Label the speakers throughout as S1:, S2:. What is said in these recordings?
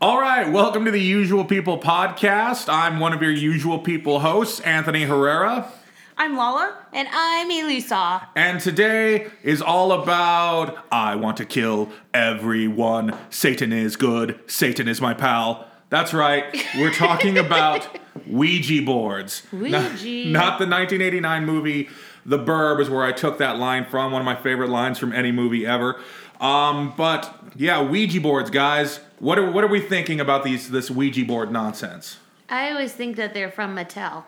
S1: All right, welcome to the Usual People podcast. I'm one of your usual people hosts, Anthony Herrera,
S2: I'm Lala.
S3: And I'm Elisa.
S1: and today is all about I want to kill everyone. Satan is good. Satan is my pal. That's right. We're talking about Ouija boards. Not,
S3: Ouija.
S1: not the 1989 movie The Burb is where I took that line from, one of my favorite lines from any movie ever. Um, but yeah, Ouija boards, guys. What are, what are we thinking about these this Ouija board nonsense?
S3: I always think that they're from Mattel.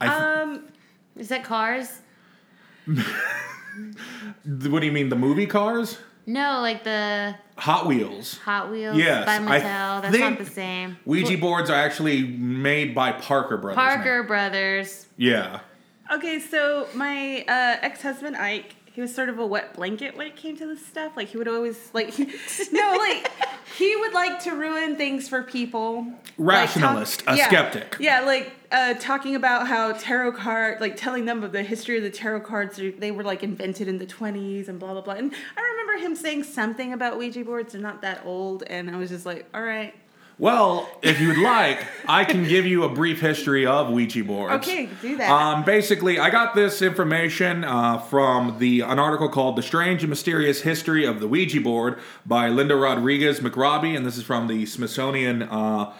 S1: I th-
S2: Um,
S3: Is that Cars?
S1: what do you mean, the movie cars?
S3: No, like the
S1: Hot Wheels.
S3: Hot Wheels
S1: Yes,
S3: by
S1: I
S3: Mattel. That's
S1: think-
S3: not the same.
S1: Ouija boards are actually made by Parker Brothers. now.
S3: Parker Brothers.
S1: Yeah.
S2: okay, so my uh, ex-husband Ike, he was sort of a wet blanket when it came to this stuff. Like he would always like, no, like he would like to ruin things for people. Like, talk-
S1: Rationalist, a
S2: yeah.
S1: skeptic.
S2: Yeah, like uh, talking about how tarot card, like telling them of the history of the tarot cards. They they were like invented in the twenties and blah blah blah. And I remember him saying something about Ouija boards. They're not that old, and I was just like, all right,
S1: Well, if you'd like, I can give you a brief history of Ouija boards.
S2: Okay, do that.
S1: Um, basically, I got this information uh, from the an article called "The Strange and Mysterious History of the Ouija Board" by Linda Rodriguez McRobbie, and this is from the Smithsonian uh,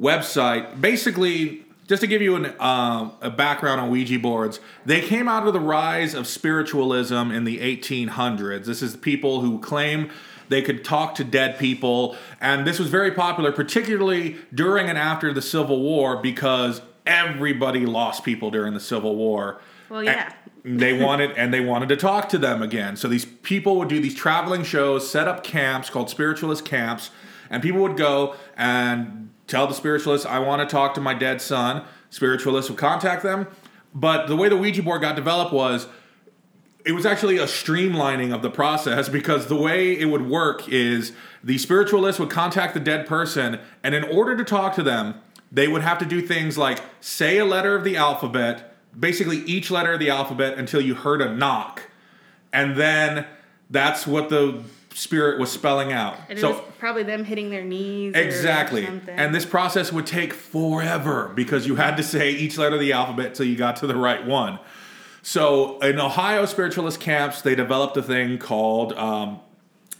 S1: website. Basically, just to give you an, uh, a background on Ouija boards, they came out of the rise of spiritualism in the 1800s. This is people who claim they could talk to dead people, and this was very popular, particularly during and after the Civil War, because everybody lost people during the Civil War.
S2: Well, yeah.
S1: And they wanted and they wanted to talk to them again. So these people would do these traveling shows, set up camps called spiritualist camps, and people would go and tell the spiritualists, "I want to talk to my dead son." Spiritualists would contact them, but the way the Ouija board got developed was it was actually a streamlining of the process because the way it would work is the spiritualist would contact the dead person, and in order to talk to them, they would have to do things like say a letter of the alphabet, basically each letter of the alphabet until you heard a knock. And then that's what the spirit was spelling out.
S2: And it was probably them hitting their knees. or
S1: Exactly.
S2: something.
S1: And this process would take forever because you had to say each letter of the alphabet till you got to the right one. So in Ohio spiritualist camps, they developed a thing called um,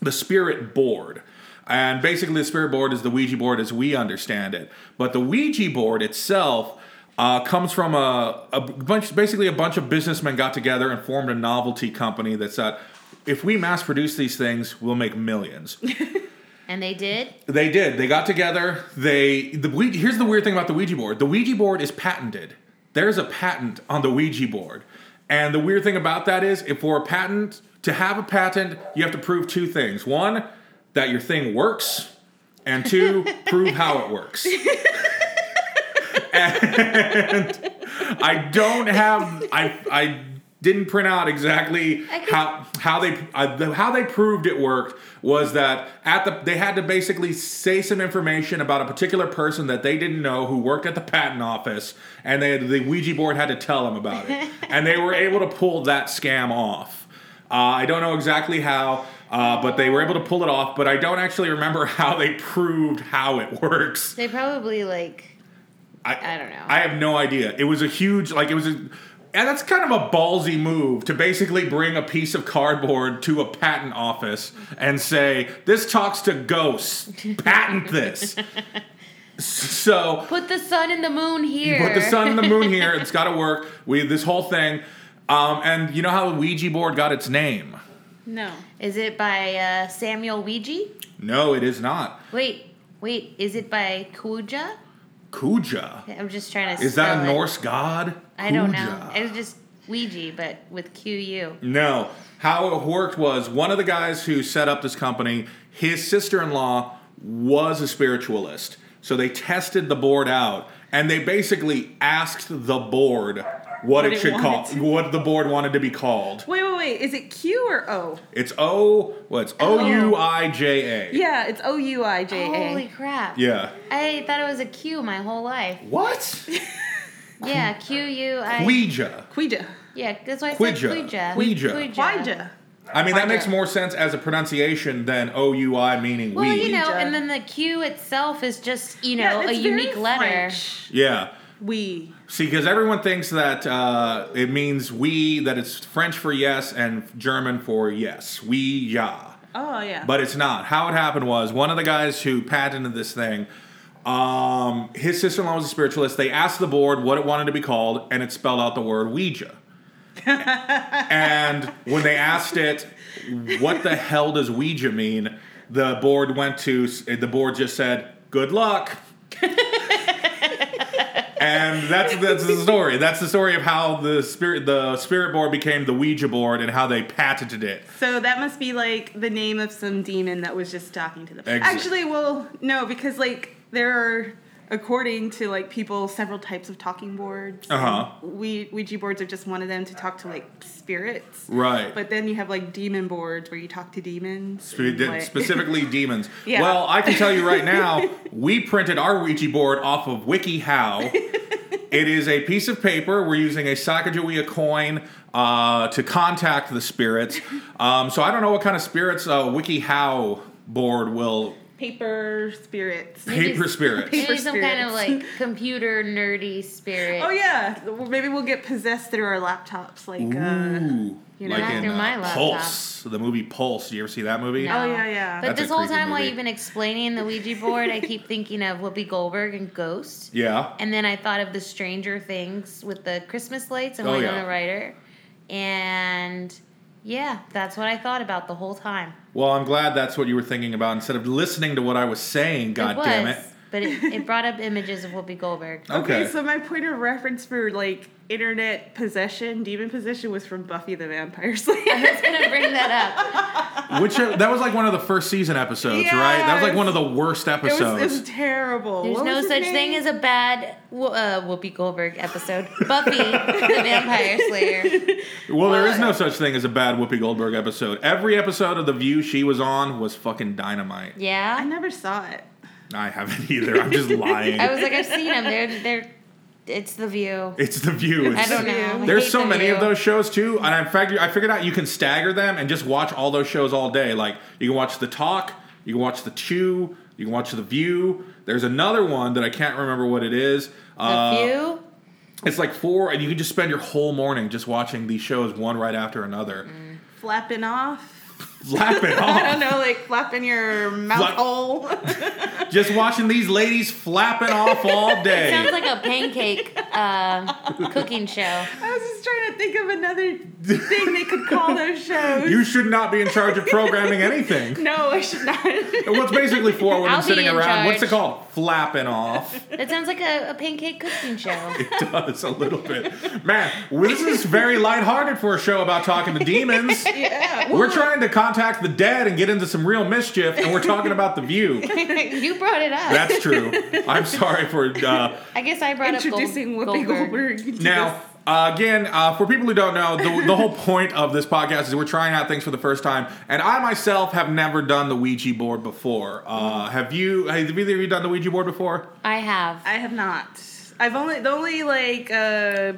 S1: the spirit board. And basically, the spirit board is the Ouija board as we understand it. But the Ouija board itself uh, comes from a, a bunch, basically, a bunch of businessmen got together and formed a novelty company that said, if we mass produce these things, we'll make millions.
S3: And they did?
S1: They did. They got together. They the Ouija, here's the weird thing about the Ouija board. The Ouija board is patented. There's a patent on the Ouija board, and the weird thing about that is, if for a patent to have a patent, you have to prove two things: one, that your thing works, and two, prove how it works. I don't have I I didn't print out exactly
S3: I could-
S1: how how they uh, the, how they proved it worked was that at the they had to basically say some information about a particular person that they didn't know who worked at the patent office and they the Ouija board had to tell them about it and they were able to pull that scam off. Uh, I don't know exactly how, uh, but they were able to pull it off. But I don't actually remember how they proved how it works.
S3: They probably like I don't know.
S1: I have no idea. It was a huge, like, it was a. And that's kind of a ballsy move to basically bring a piece of cardboard to a patent office and say, this talks to ghosts. Patent this. so
S3: put the sun and the moon here.
S1: put the sun and the moon here. It's got to work. We This whole thing. Um, and you know how the Ouija board got its name?
S2: no.
S3: Is it by uh, Samuel Ouija?
S1: No, it is not.
S3: Wait, wait, is it by Kuja?
S1: Kuja.
S3: I'm just trying to
S1: Is that a
S3: spell it.
S1: Norse god?
S3: I don't know.
S1: Kuja.
S3: It was just Ouija, but with Q U.
S1: No. How it worked was one of the guys who set up this company, his sister in law was a spiritualist. So they tested the board out and they basically asked the board what, it,
S2: it
S1: should call
S2: wanted to-
S1: what the board wanted to be called.
S2: Wait, wait, wait. Is it Q or O?
S1: It's O well, it's O U I J A.
S2: Yeah, it's O U I J A.
S3: Holy crap.
S1: Yeah.
S3: I thought it was a Q my whole life.
S1: What?
S3: Yeah, Q U I.
S1: Ouija.
S2: Quija.
S3: Yeah, that's why I said
S1: Quija.
S3: Quija.
S1: Ouija.
S2: Quija.
S1: I mean that
S3: Ouija.
S1: makes more sense as a pronunciation than O U I meaning
S3: Well,
S1: we.
S3: you know,
S2: Ouija.
S3: and then the Q itself is just, you
S2: Yeah,
S3: know, a
S2: it's very
S3: unique letter.
S2: French.
S1: Yeah.
S2: We.
S1: See, because everyone thinks that uh, it means we, that it's French for yes and German for yes. We, ja.
S2: Oh yeah.
S1: But it's not. How it happened was one of the guys who patented this thing, um, his sister in law was a spiritualist. They asked the board what it wanted to be called, and it spelled out the word Ouija. and when they asked it, what the hell does Ouija mean? The board went to, the board just said, good luck. and that's that's the story. That's the story of how the spirit the spirit board became the Ouija board and how they patented it.
S2: so that must be like the name of some demon that was just talking to them.
S1: Exa-
S2: Actually, well, no, because like there are, according to like people, several types of talking boards.
S1: Uh-huh.
S2: We Ouija boards are just one of them to talk to like spirits.
S1: Right.
S2: But then you have like demon boards where you talk to demons.
S1: Spe- de-
S2: Like-
S1: specifically demons.
S2: Yeah.
S1: Well, I can tell you right now, we printed our Ouija board off of WikiHow. it is a piece of paper. We're using a Sacagawea coin uh, to contact the spirits. Um, so I don't know what kind of spirits uh, WikiHow board will
S2: paper spirits.
S1: paper spirits.
S3: Maybe some kind of
S2: spirits.
S3: like computer nerdy spirit.
S2: Oh yeah, well, maybe we'll get possessed through our laptops, like. Uh,
S1: Ooh,
S2: You know,
S1: like
S2: not
S1: in
S3: through my
S1: uh,
S3: laptop.
S1: Pulse, the movie Pulse. Did you ever see that movie?
S3: No.
S2: Oh, yeah, yeah.
S3: But
S1: That's a
S3: this whole
S1: creepy
S3: time while
S1: movie.
S3: you've been explaining the Ouija board, I keep thinking of Whoopi Goldberg and Ghost.
S1: Yeah.
S3: And then I thought of the Stranger Things with the Christmas lights and
S1: Oh,
S3: Winona
S1: yeah.
S3: Ryder. And yeah, that's what I thought about the whole time.
S1: Well, I'm glad that's what you were thinking about instead of listening to what I was saying. God
S3: it was,
S1: damn it.
S3: but it, it brought up images of Whoopi Goldberg.
S2: Okay, so my point of reference for like internet possession, demon possession, was from Buffy the Vampire
S3: I
S2: Slayer.
S3: was gonna bring that up.
S1: Which that was like one of the first season episodes, right? That was like one of the worst
S2: It was,
S1: episodes.
S2: it was terrible.
S3: There's
S2: What was
S3: no
S2: his
S3: such
S2: name?
S3: thing as a bad Who- uh, Whoopi Goldberg episode. Buffy the Vampire Slayer.
S1: well, there is no such thing as a bad Whoopi Goldberg episode. Every episode of The View she was on was fucking dynamite.
S2: I
S3: Yeah,
S2: never saw it.
S1: I haven't either. I'm just lying.
S3: I was like, I've seen them. They're they're. It's the View.
S1: it's The View.
S3: I
S1: It's-
S3: don't know. I
S1: There's
S3: hate
S1: so
S3: The
S1: many of
S3: View.
S1: those shows too, and in fact, I figured out you can stagger them and just watch all those shows all day. Like you can watch The Talk, you can watch The Chew, you can watch The View. There's another one that I can't remember what it is.
S3: The
S1: Uh,
S3: View.
S1: It's like four, and you can just spend your whole morning just watching these shows one right after another.
S2: Flapping off.
S1: Flap it off.
S2: I don't know, like flapping your mouth
S1: Flap-
S2: hole.
S1: Just watching these ladies flapping off all
S3: It
S1: day.
S3: sounds like a pancake uh, cooking show.
S2: I was just trying to think of another thing they could call those shows.
S1: you should not be in charge of programming anything.
S2: no, I should not.
S1: What's basically for when
S3: I'll
S1: I'm
S3: be
S1: sitting
S3: in
S1: around? What's it
S3: charge.
S1: called? Flapping off.
S3: That sounds like a, a pancake cooking show.
S1: It does a little bit. Man, well, this is very lighthearted for a show about talking to demons.
S2: yeah.
S1: We're trying to contact the dead and get into some real mischief, and we're talking about the view.
S3: you brought it up.
S1: That's true. I'm sorry for uh,
S3: I guess I brought
S2: Introducing
S3: up Gold-
S2: Whoopi Goldberg. to
S1: Now,
S2: this-
S1: uh, again, uh, for people who don't know, the, the whole point of this podcast is we're trying out things for the first time. And I myself have never done the Ouija board before. Uh,
S2: Mm.
S1: have you? Have either of you done the Ouija board before?
S3: I have.
S2: I have not. I've only the only like uh,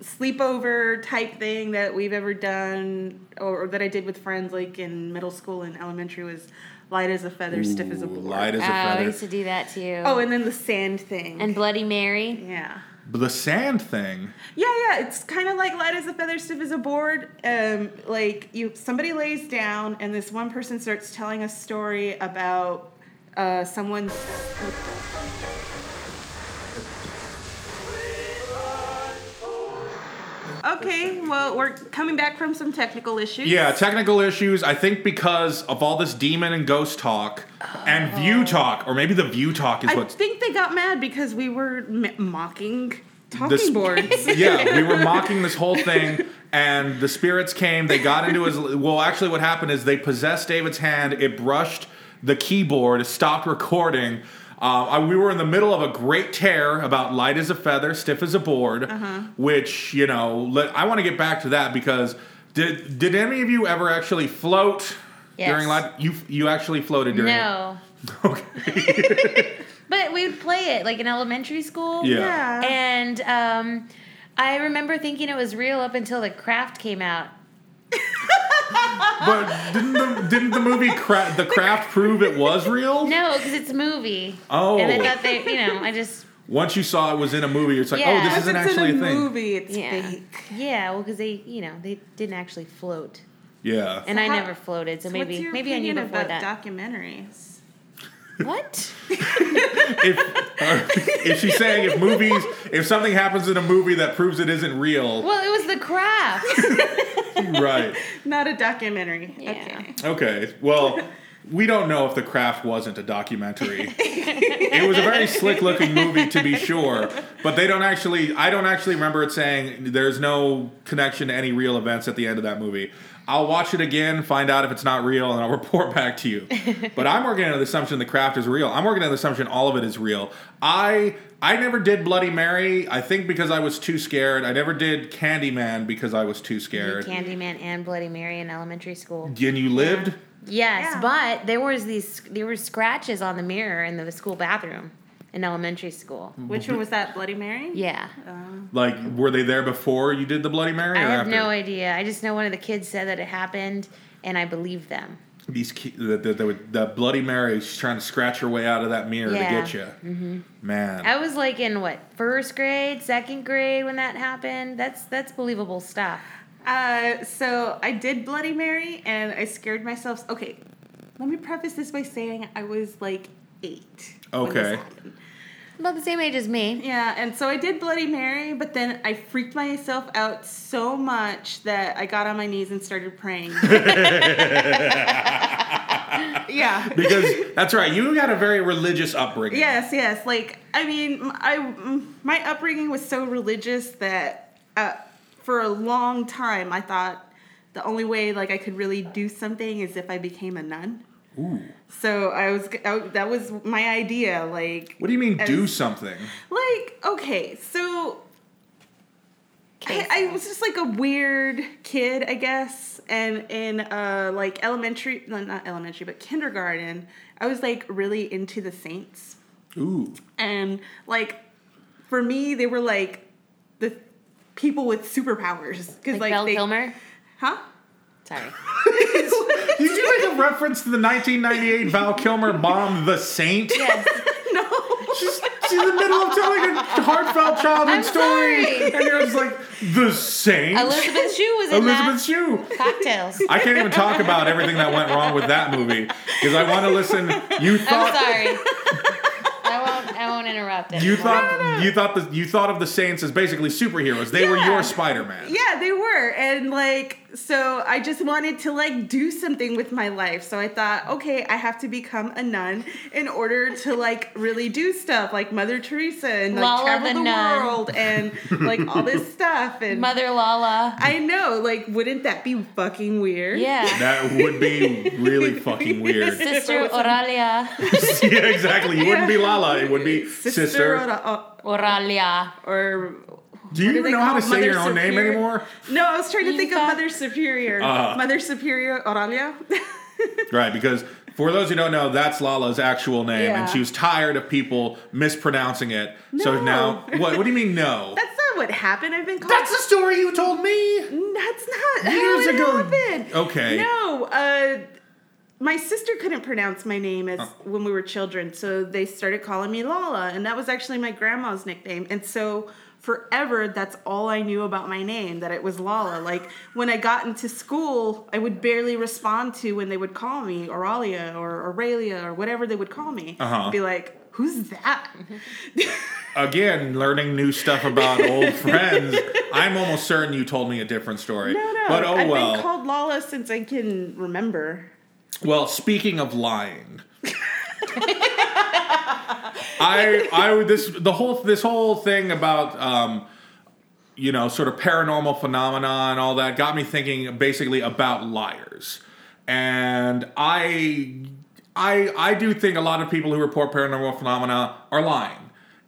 S2: sleepover type thing that we've ever done, or, or that I did with friends, like in middle school and elementary, was light as a feather, stiff as a board. Uh,
S1: Light as a
S3: oh, I used
S1: feather.
S3: to do that too.
S2: oh, and then the sand thing.
S3: and Bloody Mary.
S2: yeah,
S1: But the sand thing.
S2: yeah, yeah. It's kind of like light as a feather, stiff as a board. Um, like you, somebody lays down, and this one person starts telling a story about uh, someone's Okay, well, we're coming back from some technical issues.
S1: Yeah, technical issues. I think because of all this demon and ghost talk and view talk, or maybe the view talk is
S2: Oh. I
S1: what's.
S2: think they got mad because we were m- mocking talking
S1: sp-
S2: boards.
S1: yeah, we were mocking this whole thing, and the spirits came. They got into his. Well, actually, what happened is they possessed David's hand. It brushed the keyboard. It stopped recording. Um, I, we were in the middle of a great tear about light as a feather, stiff as a board,
S2: Uh-huh.
S1: which you know. Let, I want to get back to that because did did any of you ever actually float
S3: Yes.
S1: during light? You you actually floated during.
S3: No. but we would play it like in elementary school.
S1: Yeah.
S2: Yeah.
S3: And um, I remember thinking it was real up until the craft came out.
S1: But didn't the, didn't the movie cra- The Craft prove it was real?
S3: No, because it's a movie.
S1: Oh.
S3: And I thought they, you know, I just,
S1: Once you saw it was in a movie, it's like,
S3: Yeah.
S1: oh, this
S3: If
S2: If
S1: isn't
S2: it's
S1: actually
S2: in
S1: a
S2: a,
S1: thing.
S2: movie, it's
S3: yeah.
S2: fake.
S3: Yeah, well, because they, you know, they didn't actually float.
S1: Yeah.
S3: And I
S2: how-
S3: never floated, so,
S2: What's
S3: maybe
S2: your
S3: maybe I knew
S2: opinion
S3: before
S2: about
S3: that.
S2: documentaries?
S3: what?
S1: if uh, if she's saying if movies if something happens in a movie that proves it isn't real,
S3: Well, it was the craft.
S1: right?
S2: Not a documentary.
S3: Yeah.
S2: Okay.
S1: Okay. Well, we don't know if The Craft wasn't a documentary. it was a very slick looking movie to be sure, but they don't actually I don't actually remember it saying there's no connection to any real events at the end of that movie. I'll watch it again, find out if it's not real, and I'll report back to you. But I'm working on the assumption the craft is real. I'm working on the assumption all of it is real. I I never did Bloody Mary. I think because I was too scared. I never did Candyman because I was too scared.
S3: Candyman and Bloody Mary in elementary school.
S1: and you lived.
S3: Yes,
S2: Yeah.
S3: but there was these there were scratches on the mirror in the school bathroom in elementary school.
S1: Hmm.
S2: Which one was that? Bloody Mary?
S3: Yeah.
S2: Oh.
S1: Like, were they there before you did the Bloody Mary?
S3: I
S1: or
S3: have
S1: after?
S3: no idea. I just know one of the kids said that it happened and I believed them.
S1: These ki- the, the, the, the Bloody Mary, she's trying to scratch her way out of that mirror
S3: Yeah.
S1: to get you. Mm-hmm. Man,
S3: I was like in what, first grade, second grade when that happened. That's that's believable stuff.
S2: Uh, so I did Bloody Mary and I scared myself. Okay, let me preface this by saying I was like eight. when this
S1: Okay.
S2: happened.
S3: About the same age as me.
S2: Yeah, and so I did Bloody Mary, but then I freaked myself out so much that I got on my knees and started praying. yeah.
S1: because that's right. You got a very religious upbringing.
S2: Yes, yes. Like, I mean, m- I m- my upbringing was so religious that uh, for a long time I thought the only way like I could really do something is if I became a nun.
S1: Ooh.
S2: So I was g- I, that was my idea. Like,
S1: What do you mean
S2: As-
S1: do something?
S2: like okay, so
S3: Okay.
S2: I, I was just like a weird kid, I guess. And in uh, like elementary, no, not elementary, but kindergarten, I was like really into the saints
S1: Ooh.
S2: and like for me they were like the people with superpowers because
S3: like,
S2: like,
S3: Val
S2: they,
S3: Kilmer.
S2: huh
S3: Sorry.
S1: You do like a reference to the 1998 Val Kilmer bomb, The Saint.
S3: Yes.
S1: She's, she's in the middle of telling a heartfelt childhood
S3: I'm
S1: story,
S3: sorry.
S1: and you're just like, The Saint.
S3: Elizabeth Shue was in
S1: Elizabeth Shue.
S3: that. Cocktails.
S1: I can't even talk about everything that went wrong with that movie because I want to listen. You
S3: I'm
S1: thought
S3: sorry. I won't. I won't interrupt it.
S1: you thought you thought the, you thought of the Saints as basically superheroes. They were
S2: Yeah.
S1: your Spider Man.
S2: yeah they were and like so i just wanted to like do something with my life so i thought okay i have to become a nun in order to like really do stuff like mother teresa and like
S3: Lala
S2: travel
S3: the
S2: the,
S3: nun.
S2: world and like all this stuff and
S3: Mother Lala.
S2: i know like wouldn't that be fucking weird
S3: Yeah.
S1: That would be really fucking weird.
S3: Sister Oralia.
S1: yeah, exactly. You wouldn't be Lala. It would be sister.
S2: sister, or,
S3: Oralia.
S2: or
S1: Do you
S2: do
S1: even
S2: they
S1: know how
S2: call
S1: to
S2: it?
S1: say
S2: Mother
S1: your own name
S2: Superior?
S1: anymore?
S2: No, I was trying to
S3: You
S2: think
S3: thought-
S2: of Mother Superior.
S1: Uh.
S2: Mother Superior Oralia.
S1: Right, because for those who don't know, that's Lala's actual name,
S2: Yeah.
S1: and she was tired of people mispronouncing it. So
S2: No.
S1: now, what? What do you mean no?
S2: That's not what happened. I've been called.
S1: That's the story you told me.
S2: That's not
S1: Years
S2: how it
S1: ago.
S2: happened.
S1: Okay.
S2: No, uh, my sister couldn't pronounce my name
S1: Uh.
S2: as when we were children, so they started calling me Lala, and that was actually my grandma's nickname. And so forever, that's all I knew about my name that it was Lala. Like when I got into school, I would barely respond to when they would call me Aurelia or Aurelia or whatever they would call me.
S1: Uh-huh.
S2: Be like, who's that?
S1: again, learning new stuff about old friends. I'm almost certain you told me a different story.
S2: No, no.
S1: But oh
S2: I've
S1: well.
S2: been called Lala since I can remember.
S1: well, speaking of lying. I I would this the whole this whole thing about um you know sort of paranormal phenomena and all that got me thinking basically about liars. And I I I do think a lot of people who report paranormal phenomena are lying,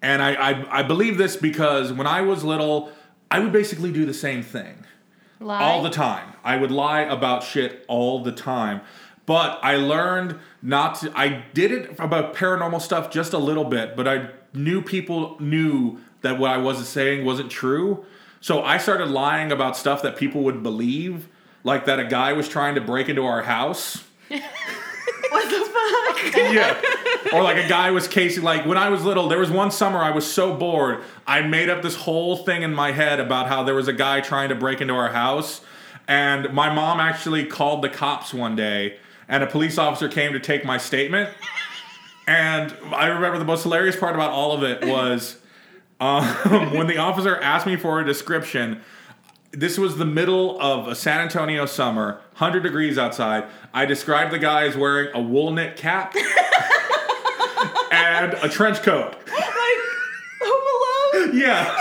S1: and I I, I believe this because when I was little, I would basically do the same thing
S3: Lie.
S1: all the time. I would lie about shit all the time. But I learned not to. I did it about paranormal stuff just a little bit, but I knew people knew that what I was saying wasn't true. So I started lying about stuff that people would believe, like that a guy was trying to break into our house.
S2: What the fuck?
S1: yeah. Or like a guy was casing. Like when I was little, there was one summer I was so bored. I made up this whole thing in my head about how there was a guy trying to break into our house, and my mom actually called the cops one day, and a police officer came to take my statement. And I remember the most hilarious part about all of it was um, when the officer asked me for a description. This was the middle of a San Antonio summer, 100 degrees outside. I described the guy as wearing a wool knit cap and a trench coat.
S2: like Home Alone?
S1: Yeah.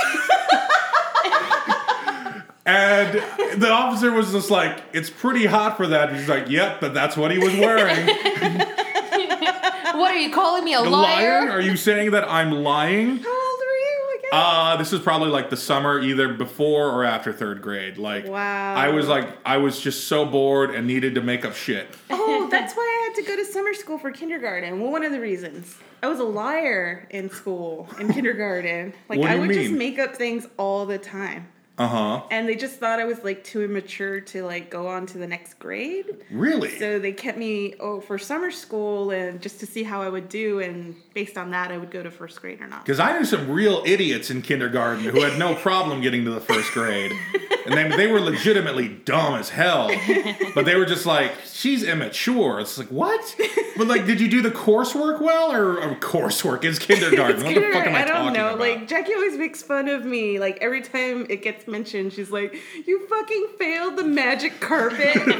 S1: and the officer was just like, it's pretty hot for that. He's like, yep, but that's what he was wearing.
S3: What are you calling me a
S1: A
S3: liar?
S1: liar? Are you saying that I'm lying?
S2: How old were you again?
S1: Uh, this is probably like the summer, either before or after third grade. Like,
S2: Wow.
S1: I was like, I was just so bored and needed to make up shit.
S2: oh, that's why I had to go to summer school for kindergarten. Well, one of the reasons. I was a liar in school, in kindergarten. Like,
S1: What do
S2: I
S1: you
S2: would just
S1: mean?
S2: make up things all the time.
S1: Uh huh.
S2: And they just thought I was, like, too immature to, like, go on to the next grade.
S1: Really?
S2: So they kept me oh, for summer school and just to see how I would do. And based on that, I would go to first grade or not.
S1: Because I knew some real idiots in kindergarten who had no problem getting to the first grade. And they, they were legitimately dumb as hell. But they were just like, she's immature. It's like, what? But like, did you do the coursework well? Or, or coursework is kindergarten. what the fuck am I,
S2: I don't
S1: talking
S2: know.
S1: about?
S2: Like Jackie always makes fun of me. Like every time it gets mentioned, she's like, "You fucking failed the magic carpet." I'm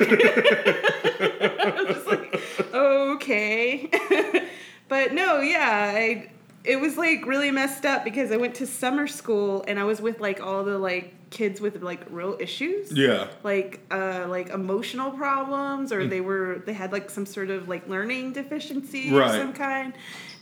S2: just like, okay. but no, yeah, I. It was like really messed up because I went to summer school and I was with like all the like kids with like real issues
S1: yeah.
S2: like uh like emotional problems
S1: Mm.
S2: or they were they had like some sort of like learning deficiency
S1: Right.
S2: of some kind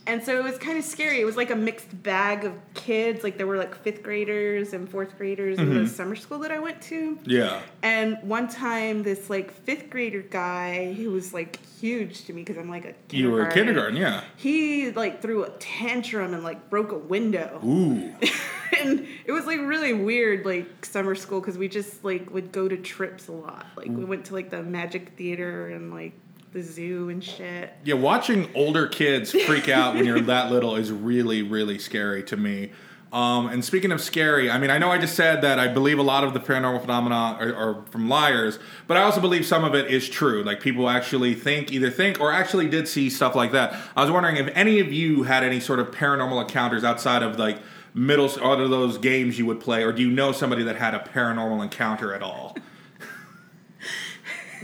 S2: and so it was kind of scary it was like a mixed bag of kids like there were like fifth graders and fourth graders
S1: Mm-hmm.
S2: in the summer school that i went to
S1: Yeah.
S2: and one time this like fifth grader guy who was like huge to me because i'm like a
S1: You were in kindergarten, yeah.
S2: he like threw a tantrum and like broke a window
S1: Ooh.
S2: and it was like really weird like summer school because we just like would go to trips a lot like we went to like the magic theater and like the zoo and shit
S1: Yeah, watching older kids freak out when you're that little is really, really scary to me. Um, and speaking of scary, I mean, I know I just said that I believe a lot of the paranormal phenomena are, are from liars, but I also believe some of it is true. Like people actually think, either think or actually did see stuff like that. I was wondering if any of you had any sort of paranormal encounters outside of like middle, out of those games you would play, or do you know somebody that had a paranormal encounter at all?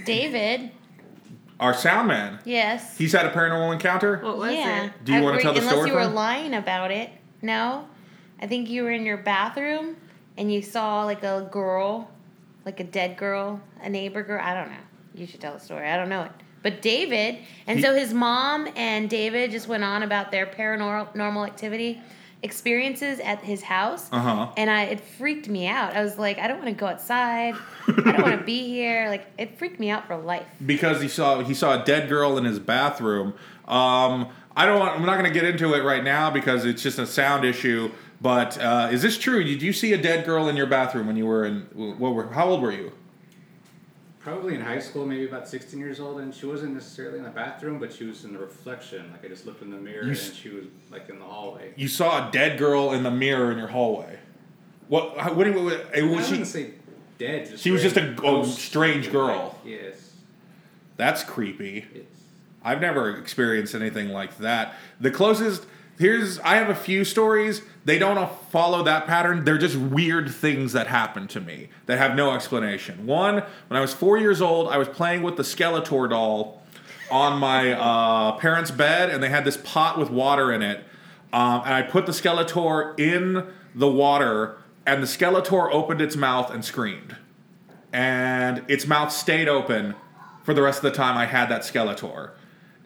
S3: David.
S1: Our sound man,
S3: Yes.
S1: he's had a paranormal encounter.
S2: what was
S3: yeah.
S2: it
S1: Do you
S3: I-
S1: wanna
S3: were-
S1: tell the
S3: unless
S1: story
S3: you were
S1: for him?
S3: lying about it. No, I think you were in your bathroom and you saw like a girl, like a dead girl, a neighbor girl. I don't know. You should tell the story. I don't know it. But David, and
S1: He-
S3: so his mom and David just went on about their paranormal normal activity experiences at his house.
S1: Uh-huh.
S3: And I, it freaked me out. I was like, I don't want to go outside. I don't want to be here. Like, it freaked me out for life.
S1: because he saw he saw a dead girl in his bathroom. Um, I don't want. I'm not going to get into it right now because it's just a sound issue. But uh, is this true? Did you see a dead girl in your bathroom when you were in? What were? How old were you?
S4: Probably in high school, maybe about 16 years old, and she wasn't necessarily in the bathroom, but she was in the reflection. Like I just looked in the mirror,
S1: You
S4: and
S1: s-
S4: she was like in the hallway.
S1: You saw a dead girl in the mirror in your hallway. What? How, what, do you- what, it
S4: I
S1: was
S4: wouldn't
S1: she?
S4: say dead. Just
S1: She was
S4: very
S1: just a g- oh,
S4: ghost-
S1: strange girl.
S4: yes,
S1: That's creepy.
S4: yes.
S1: I've never experienced anything like that. The closest here's I have a few stories. They don't all follow that pattern. They're just weird things that happened to me that have no explanation. One, when I was four years old, I was playing with the Skeletor doll on my uh, parents' bed, and they had this pot with water in it. Um, and I put the Skeletor in the water, and the Skeletor opened its mouth and screamed. And its mouth stayed open for the rest of the time I had that Skeletor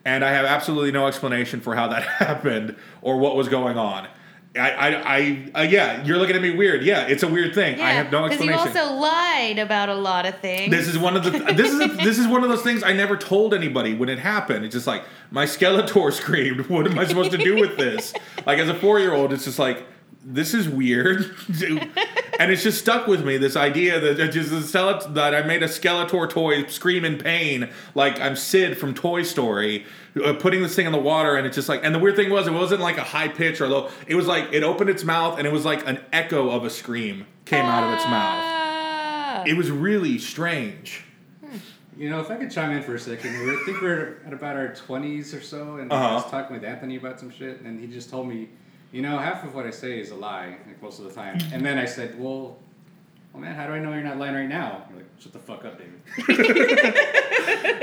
S1: and I have absolutely no explanation for how that happened or what was going on. I, I, I uh, yeah, you're looking at me weird. Yeah, it's a weird thing. I have no
S3: you
S1: explanation.
S3: also lied about a lot of things.
S1: This is one of the this is this is one of those things I never told anybody when it happened. It's just like my Skeletor screamed. What am I supposed to do with this? Like as a four year old, it's just like this is weird, and it's just stuck with me. This idea that it just the Skele- that I made a Skeletor toy scream in pain, like I'm Sid from Toy Story, uh, putting this thing in the water, and it's just like. And the weird thing was, it wasn't like a high pitch or low. It was like it opened its mouth, and it was like an echo of a scream came out of its mouth
S3: Ah.
S1: it was really strange.
S4: You know, if I could chime in for a second, we were, I think we are at about our 20s or so, and I
S1: Uh-huh.
S4: was talking with Anthony about some shit, and he just told me, you know, half of what I say is a lie, like most of the time.
S1: Mm-hmm.
S4: And then I said, well, well, man, how do I know you're not lying right now? You're like, shut the fuck up, David.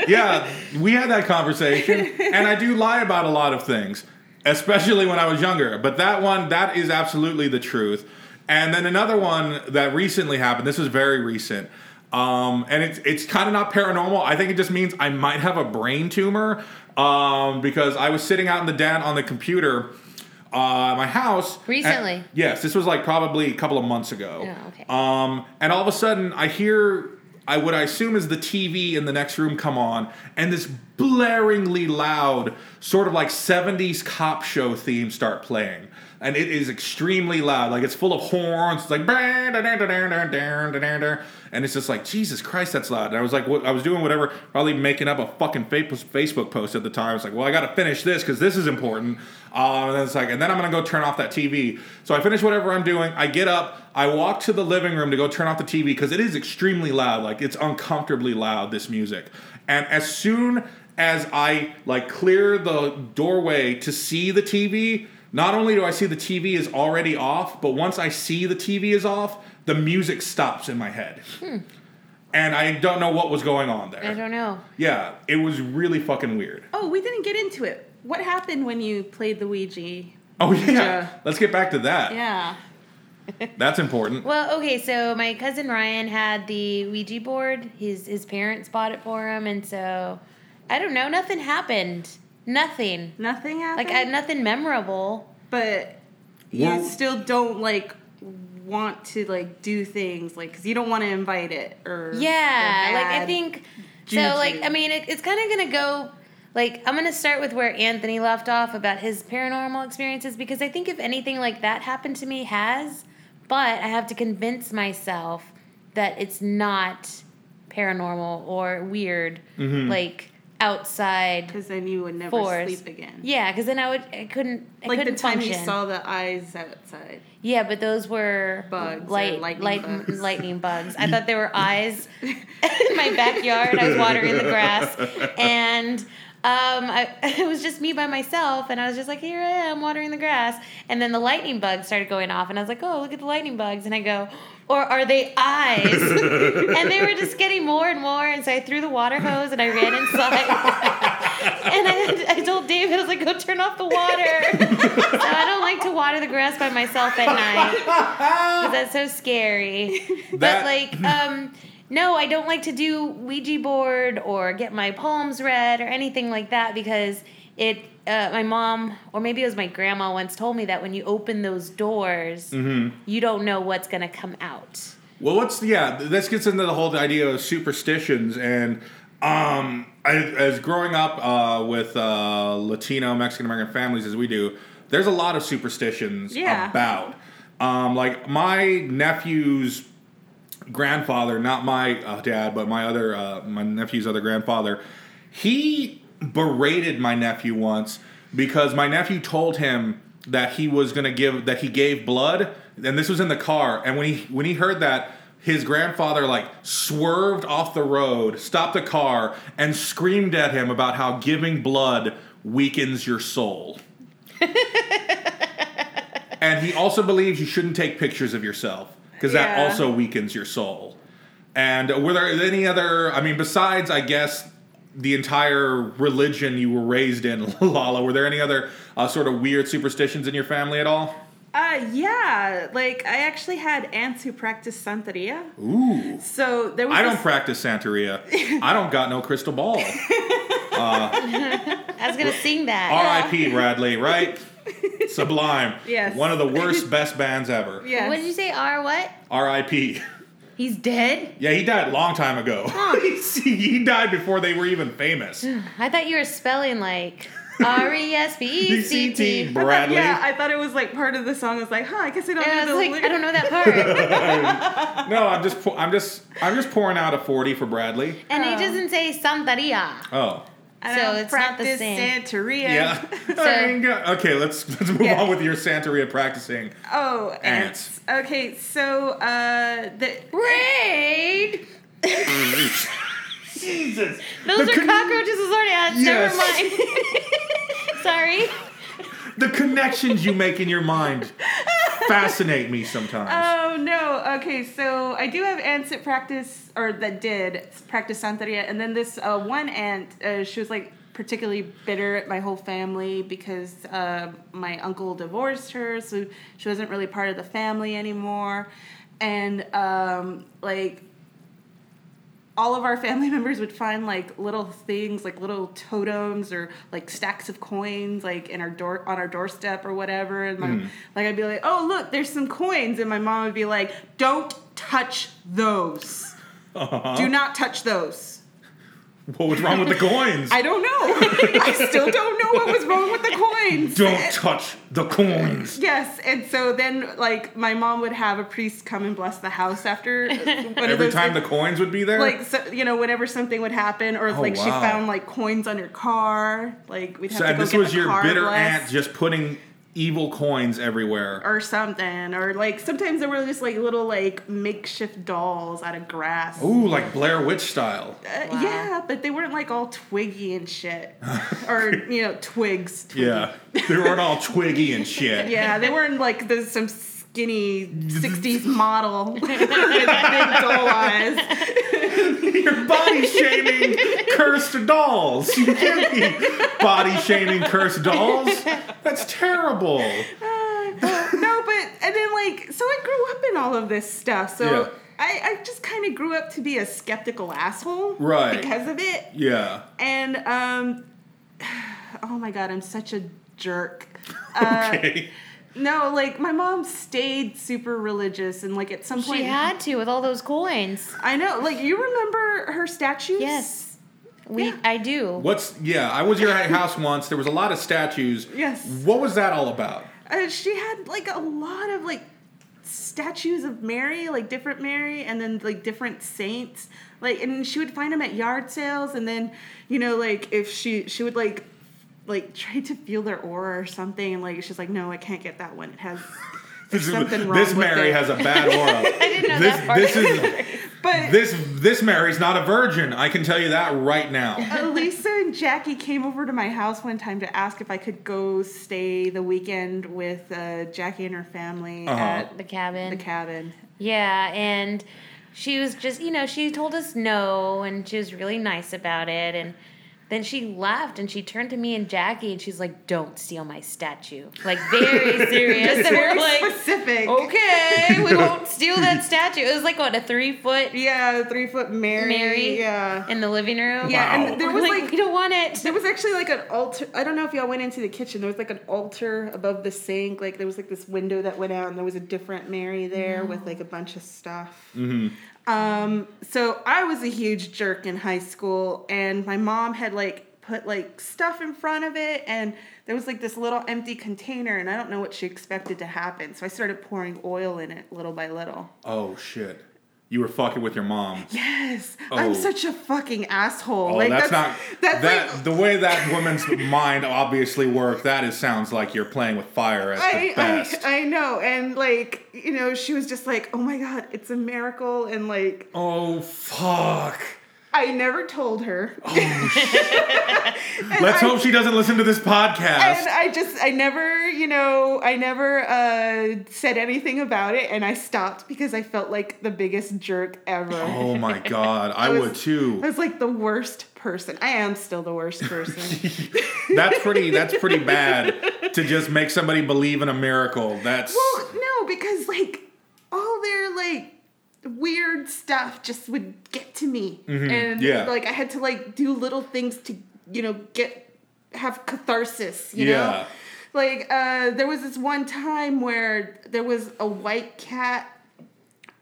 S1: Yeah, we had that conversation, and I do lie about a lot of things, especially when I was younger. But that one, that is absolutely the truth. And then another one that recently happened. This was very recent, um, and it's it's kind of not paranormal. I think it just means I might have a brain tumor um, because I was sitting out in the den on the computer. Uh, my house and-
S3: Recently?
S1: yes, this was like probably a couple of months ago.
S3: Oh, okay.
S1: Um, and all of a sudden, I hear I what I assume is the TV in the next room come on, and this blaringly loud, sort of like '70s cop show theme start playing, and it is extremely loud. Like it's full of horns. It's like "Bah, da, da, da, da, da, da, da, da, da," and it's just like Jesus Christ, that's loud. And I was like, what, I was doing whatever, probably making up a fucking fa- Facebook post at the time. It's like, well, I got to finish this because this is important. Um, and then it's like, and then I'm gonna go turn off that TV. So I finish whatever I'm doing. I get up. I walk to the living room to go turn off the TV because it is extremely loud. Like it's uncomfortably loud. This music. And as soon as I like clear the doorway to see the TV, not only do I see the TV is already off, but once I see the TV is off, the music stops in my head. And I don't know what was going on there.
S3: Hmm. I don't know.
S1: Yeah, it was really fucking weird.
S2: Oh, we didn't get into it. What happened when you played the Ouija?
S1: Oh yeah.
S2: Yeah.
S1: Let's get back to that.
S2: Yeah.
S1: That's important.
S3: Well, okay, so my cousin Ryan had the Ouija board. His his parents bought it for him, and so I don't know. Nothing happened. Nothing.
S2: Nothing happened.
S3: Like I, nothing memorable.
S2: but
S1: Well-
S2: you still don't like want to like do things like because you don't want to invite it or
S3: Yeah,
S2: or
S3: like I
S2: bad.
S3: think
S2: Juju.
S3: so. Like I mean, it, it's kind of gonna go. Like I'm gonna start with where Anthony left off about his paranormal experiences because I think if anything like that happened to me has, but I have to convince myself that it's not paranormal or weird,
S2: Mm-hmm.
S3: like outside
S2: because then you would never
S3: force.
S2: sleep again.
S3: Yeah, because then I would I couldn't I
S2: like the
S3: couldn't
S2: time
S3: function.
S2: you saw the eyes outside.
S3: Yeah, but those were
S2: Bugs or
S3: light,
S2: lightning
S3: light,
S2: bugs.
S3: lightning bugs. I thought there were eyes in my backyard. I was watering the grass, and um, I, it was just me by myself. And I was just like, "Here I am watering the grass." And then the lightning bugs started going off, and I was like, "Oh, look at the lightning bugs!" And I go, "Or are they eyes?" and they were just getting more and more. And so I threw the water hose and I ran inside. And I, I told David, I was like, go turn off the water. so I don't like to water the grass by myself at night. 'cause that's so scary.
S1: That-
S3: But like, um, no, I don't like to do Ouija board or get my palms read or anything like that because it. Uh, my mom, or maybe it was my grandma, once told me that when you open those doors, you don't know what's gonna come out.
S1: Well, what's yeah? This gets into the whole idea of superstitions and um, I, as growing up uh, with uh, Latino Mexican American families as we do, there's a lot of superstitions
S2: Yeah.
S1: about. Um, like my nephew's grandfather, not my uh, dad, but my other uh, my nephew's other grandfather, he berated my nephew once because my nephew told him that he was going to give that he gave blood, and this was in the car. And when he when he heard that. His grandfather like swerved off the road, stopped the car, and screamed at him about how giving blood weakens your soul. And he also believes you shouldn't take pictures of yourself because that
S2: Yeah.
S1: also weakens your soul. And were there any other? I mean, besides, I guess the entire religion you were raised in, Lala. Were there any other uh, sort of weird superstitions in your family at all?
S2: Uh, yeah. Like I actually had aunts who practiced Santeria.
S1: Ooh,
S2: So there was.
S1: I
S2: this-
S1: don't practice Santeria. I don't got no crystal ball. Uh,
S3: I was gonna sing that.
S1: R.I.P. Radley, right? Sublime.
S2: Yes.
S1: One of the worst, best bands ever.
S2: Yes.
S3: What did you say? R what?
S1: R.I.P.
S3: He's dead.
S1: Yeah, he died a long time ago. he died before they were even famous.
S3: I thought you were spelling like R E S P E C
S1: DCT
S3: T.
S1: Bradley.
S2: Yeah, I thought it was like part of the song. I was like, huh, I guess I don't
S3: And I
S2: know the
S3: was like,
S2: lyrics.
S3: I don't know that part.
S1: no, I'm just pour- I'm just I'm just pouring out a 40 for Bradley.
S3: And he
S2: Oh.
S3: doesn't say Santaria.
S1: Oh.
S2: I
S3: So
S2: don't
S3: it's not the
S2: practice
S3: same.
S2: Santeria.
S1: Yeah. okay, let's let's move
S2: Yeah.
S1: on with your Santeria practicing.
S2: Oh,
S1: Ants.
S2: ants. Okay, so uh, the
S3: Raid.
S1: Jesus.
S3: Those
S1: The
S3: are
S1: con-
S3: cockroaches as already ants.
S1: Yes.
S3: Never mind. Sorry.
S1: The connections you make in your mind fascinate me sometimes.
S2: oh no. Okay, so I do have ants that practice or that did practice Santeria, and then this uh, one ant, uh, she was like particularly bitter at my whole family because uh, my uncle divorced her, so she wasn't really part of the family anymore, and um, like all of our family members would find like little things like little totems or like stacks of coins like in our door on our doorstep or whatever and my,
S1: Mm.
S2: like i'd be like oh look there's some coins and my mom would be like don't touch those
S1: Uh-huh.
S2: do not touch those
S1: what was wrong with the coins?
S2: i don't know i still don't know what was wrong with the coins
S1: Don't touch the coins.
S2: Yes, and so then like my mom would have a priest come and bless the house after one of
S1: Every
S2: those
S1: time
S2: like,
S1: the coins would be there?
S2: like so, you know whenever something would happen or if,
S1: Oh,
S2: like she
S1: wow.
S2: found like coins on your car like we'd have
S1: so
S2: to
S1: and
S2: go
S1: this
S2: get
S1: was
S2: the
S1: your
S2: car
S1: bitter
S2: blessed
S1: aunt just putting evil coins everywhere.
S2: or something or like sometimes there were just like little like makeshift dolls out of grass
S1: Ooh, like Blair Witch style.
S2: Uh,
S3: Wow.
S2: yeah but they weren't like all twiggy and shit or you know twigs
S1: Yeah. They weren't all twiggy and shit.
S2: yeah they weren't like the, some skinny 60s model with big doll eyes
S1: You're body shaming cursed dolls. You can't be body shaming cursed dolls. That's terrible.
S2: no, but and then like so I grew up in all of this stuff. So
S1: Yeah.
S2: I, I just kind of grew up to be a skeptical asshole,
S1: Right.
S2: Because of it,
S1: Yeah.
S2: and um, oh my god, I'm such a jerk. Uh,
S1: okay.
S2: No, like my mom stayed super religious, and like at some point,
S3: She had to with all those coins.
S2: I know, like you remember her statues?
S3: Yes. We
S2: Yeah.
S3: I do.
S1: What's yeah, I was at your house once. There was a lot of statues.
S2: Yes.
S1: What was that all about?
S2: Uh, she had like a lot of like statues of Mary, like different Mary, and then like different saints. Like, and she would find them at yard sales, and then you know, like if she she would like like try to feel their aura or something, and like she's like, no, I can't get that one. It has.
S1: This, is-
S2: Something wrong
S1: this
S2: with
S1: Mary
S2: it.
S1: has a bad aura.
S3: I didn't know
S1: this
S3: that part.
S1: this is
S2: But
S1: this this Mary's not a virgin. I can tell you that right now.
S2: Elisa and Jackie came over to my house one time to ask if I could go stay the weekend with uh, Jackie and her family
S1: Uh-huh.
S2: at
S3: the cabin.
S2: the cabin.
S3: Yeah, and she was just, you know, she told us no and she was really nice about it and then she left and she turned to me and Jackie and she's like, "Don't steal my statue." Like very serious. and we're
S2: Very
S3: like,
S2: specific.
S3: "Okay, we won't steal that statue." It was like what, a 3-foot
S2: Yeah, three foot Mary.
S3: Mary
S2: Yeah.
S3: in the living room.
S2: Yeah,
S1: Wow.
S2: and there
S3: We're
S2: was
S3: like,
S2: like
S3: "We don't want it."
S2: there was actually like an altar. I don't know if y'all went into the kitchen. There was like an altar above the sink. Like there was like this window that went out, and there was a different Mary there
S1: Mm.
S2: with like a bunch of stuff.
S1: Mm-hmm.
S2: Um, so I was a huge jerk in high school, and my mom had like put like stuff in front of it, and there was like this little empty container, and I don't know what she expected to happen. So I started pouring oil in it little by little.
S1: Oh shit. You were fucking with your mom.
S2: Yes,
S1: Oh.
S2: I'm such a fucking asshole.
S1: Oh,
S2: like
S1: that's,
S2: that's,
S1: not
S2: that's
S1: that.
S2: like,
S1: the way that woman's mind obviously worked. That is sounds like you're playing with fire at the
S2: I,
S1: best.
S2: I I know, and like you know, she was just like, "Oh my god, it's a miracle," and like
S1: oh fuck!
S2: I never told her,
S1: Oh, Let's
S2: I-
S1: hope she doesn't listen to this podcast.
S2: and I just I never you know I never uh, said anything about it, and I stopped because I felt like the biggest jerk ever.
S1: oh my god, I,
S2: was-
S1: would too.
S2: I was like the worst person. I am still the worst person.
S1: that's pretty. That's pretty bad to just make somebody believe in a miracle. That's
S2: well, no, because like all their like weird stuff just would get to me, and
S1: yeah.
S2: like I had to like do little things to you know get have catharsis, you
S1: Yeah.
S2: know? Like uh, there was this one time where there was a white cat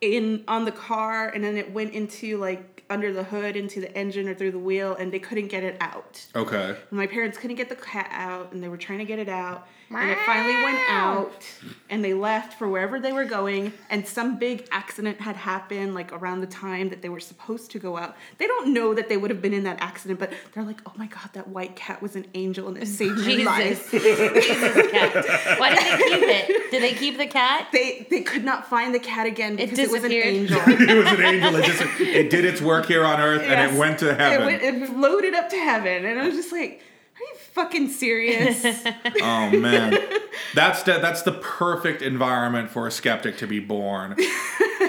S2: in on the car and then it went into like under the hood into the engine or through the wheel and they couldn't get it out.
S1: Okay.
S2: My parents couldn't get the cat out, and they were trying to get it out, and it finally went
S3: Wow.
S2: out, and they left for wherever they were going. And some big accident had happened, like around the time that they were supposed to go out. They don't know that they would have been in that accident, but they're like, "Oh my god, that white cat was an angel and it saved my
S3: Jesus.
S2: life."
S3: Jesus cat. Why did they keep it? Did they keep the cat?
S2: They they could not find the cat again
S3: It
S2: because it, was an
S3: disappeared.
S2: angel.
S1: it was an angel. It just it did its work here on earth and
S2: Yes.
S1: it went to
S2: It,
S1: heaven.
S2: went, it floated up to heaven, and I was just like, "Are you fucking serious?"
S1: Oh man, that's the, that's the perfect environment for a skeptic to be born.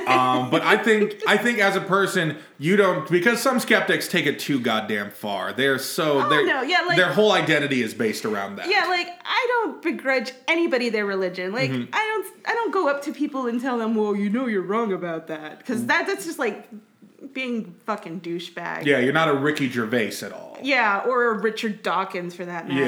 S1: Um, but I think I think as a person, you don't because some skeptics take it too goddamn far. They're so
S2: Oh,
S1: they're,
S2: no, yeah, like-
S1: their whole identity is based around that.
S2: Yeah, like I don't begrudge anybody their religion. Like
S1: Mm-hmm.
S2: I don't I don't go up to people and tell them, "Well, you know you're wrong about that."
S1: Mm.
S2: Cuz that that's just like being fucking douchebag.
S1: yeah, you're not a Ricky Gervais at all.
S2: Yeah, or a Richard Dawkins for that
S1: Yeah.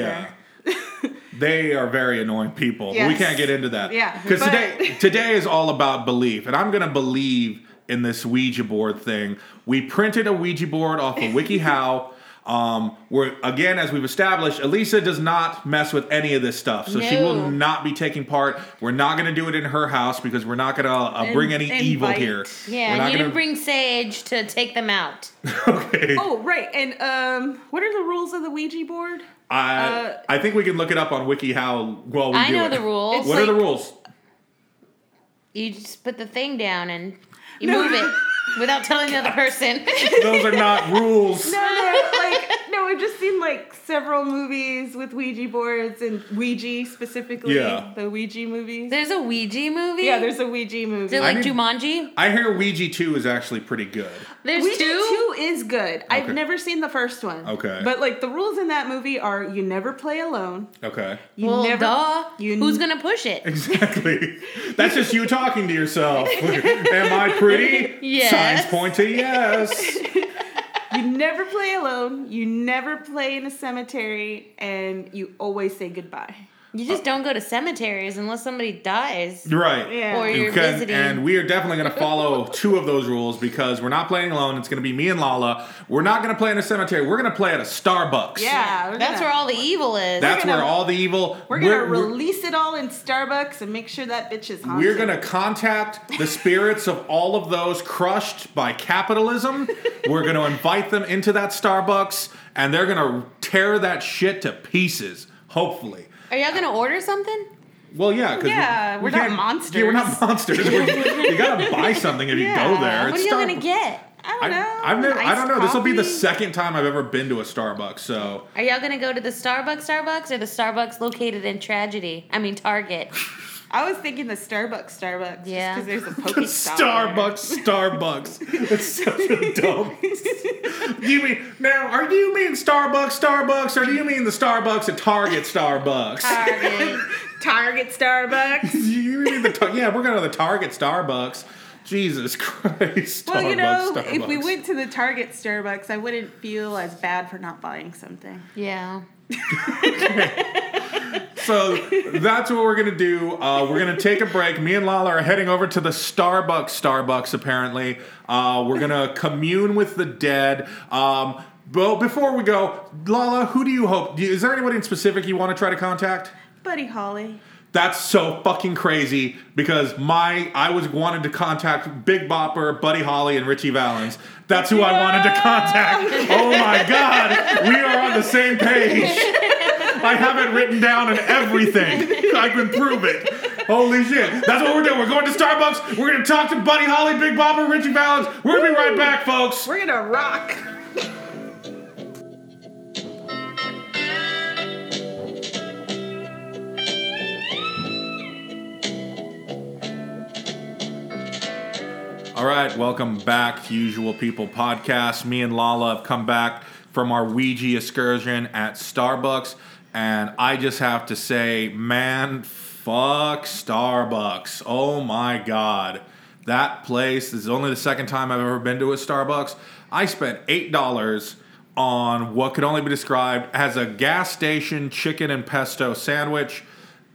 S2: matter.
S1: They are very annoying people. We
S2: Yes.
S1: can't get into that.
S2: Yeah,
S1: Because
S2: but-
S1: today today is all about belief, and I'm gonna believe in this Ouija board thing. We printed a Ouija board off of WikiHow. Um, where again, as we've established, Elisa does not mess with any of this stuff, so she will
S3: No.
S1: not be taking part. We're not going to do it in her house because we're not going to uh, bring any evil
S2: invite.
S1: here.
S3: Yeah,
S1: we're not
S3: and you
S1: gonna-
S3: didn't bring Sage to take them out.
S1: okay.
S2: Oh, right. And um what are the rules of the Ouija board?
S1: I,
S2: uh,
S1: I think we can look it up on WikiHow while we
S3: I
S1: do
S3: know
S1: it.
S3: the rules.
S1: What
S2: It's
S1: are the
S2: like-
S1: rules?
S3: You just put the thing down and you
S2: No.
S3: move it without telling the other person.
S1: Those are not rules.
S2: No, no, like no, I've just seen like several movies with Ouija boards and Ouija specifically,
S1: Yeah.
S2: the Ouija movies.
S3: there's a Ouija movie.
S2: Yeah, there's a Ouija movie.
S3: Is it
S1: I
S3: like
S1: need-
S3: Jumanji?
S1: I hear Ouija 2 is actually pretty good.
S3: There's
S2: Ouija
S3: two.
S2: 2 is good. I've
S1: Okay.
S2: never seen the first one.
S1: Okay.
S2: But like the rules in that movie are you never play alone.
S1: Okay.
S2: You
S3: well,
S2: never
S3: duh.
S2: you
S3: Who's
S2: n-
S3: gonna push
S1: Uh,
S3: it?
S1: Exactly. That's just you talking to yourself. Am I pretty?
S3: Yes.
S1: Signs point to yes.
S2: you never play alone. You never play in a cemetery and you always say goodbye.
S3: You just don't go to cemeteries unless somebody dies.
S1: Right.
S2: Yeah.
S3: Or you're
S1: Okay,
S3: visiting.
S1: and we are definitely going to follow two of those rules because we're not playing alone. It's going to be me and Lala. We're not going to play in a cemetery. We're going to play at a Starbucks.
S2: Yeah. we're
S3: That's
S2: gonna-
S3: where all the evil is.
S1: That's
S2: gonna-
S1: where all the evil.
S2: we're gonna release it all in Starbucks and make sure that bitch is haunted.
S1: We're going to contact the spirits of all of those crushed by capitalism. We're going to invite them into that Starbucks and they're going to tear that shit to pieces, hopefully.
S3: Are y'all gonna order something?
S1: Well, yeah, because
S2: Yeah, we're not
S1: Yeah, we're not
S2: monsters.
S1: monsters. We're- you gotta buy something if you go
S2: Yeah.
S1: there.
S3: What
S1: It's
S3: are y'all
S1: Star-
S3: gonna get?
S2: I
S1: I,
S2: don't know.
S1: I've never, I
S2: iced
S1: don't know. This will be the
S2: coffee?
S1: second time I've ever been to a Starbucks. So
S3: Are y'all gonna go to the Starbucks Starbucks or the Starbucks located in Tragedy? I mean Target.
S2: I was thinking the Starbucks Starbucks.
S3: Yeah.
S2: Yeah. Because there's a
S1: The
S2: Pokestop. there.
S1: Starbucks, Starbucks. That's such a dumb. do you mean now? Are do you mean Starbucks, Starbucks, or do you mean the Starbucks at Target, Starbucks?
S3: Target.
S2: Target Starbucks.
S1: you mean the tar- yeah? We're going to the Target, Starbucks. Jesus Christ!
S2: Well,
S1: Starbucks,
S2: you know, if
S1: Starbucks.
S2: we went to the Target Starbucks, I wouldn't feel as bad for not buying something.
S3: yeah.
S1: So that's what we're gonna do. Uh, we're gonna take a break. Me and Lala are heading over to the Starbucks. Starbucks, apparently. Uh, we're gonna commune with the dead. Um, but before we go, Lala, who do you hope? do you- Is there anybody in specific you want to try to contact?
S2: Buddy Holly.
S1: That's so fucking crazy because my I was wanted to contact Big Bopper, Buddy Holly, and Richie Valens. That's who I wanted to contact. Oh my god, we are on the same page. I have it written down and everything. I can prove it. Holy shit. That's what we're doing. We're going to Starbucks. We're gonna talk to Buddy Holly, Big Bopper, Richie Valens. We're gonna be right back, folks.
S2: We're gonna rock.
S1: All right, welcome back to Usual People Podcast. Me and Lala have come back from our Ouija excursion at Starbucks, and I just have to say, man, fuck Starbucks. Oh my God. That place, this is only the second time I've ever been to a Starbucks. I spent $8 on what could only be described as a gas station chicken and pesto sandwich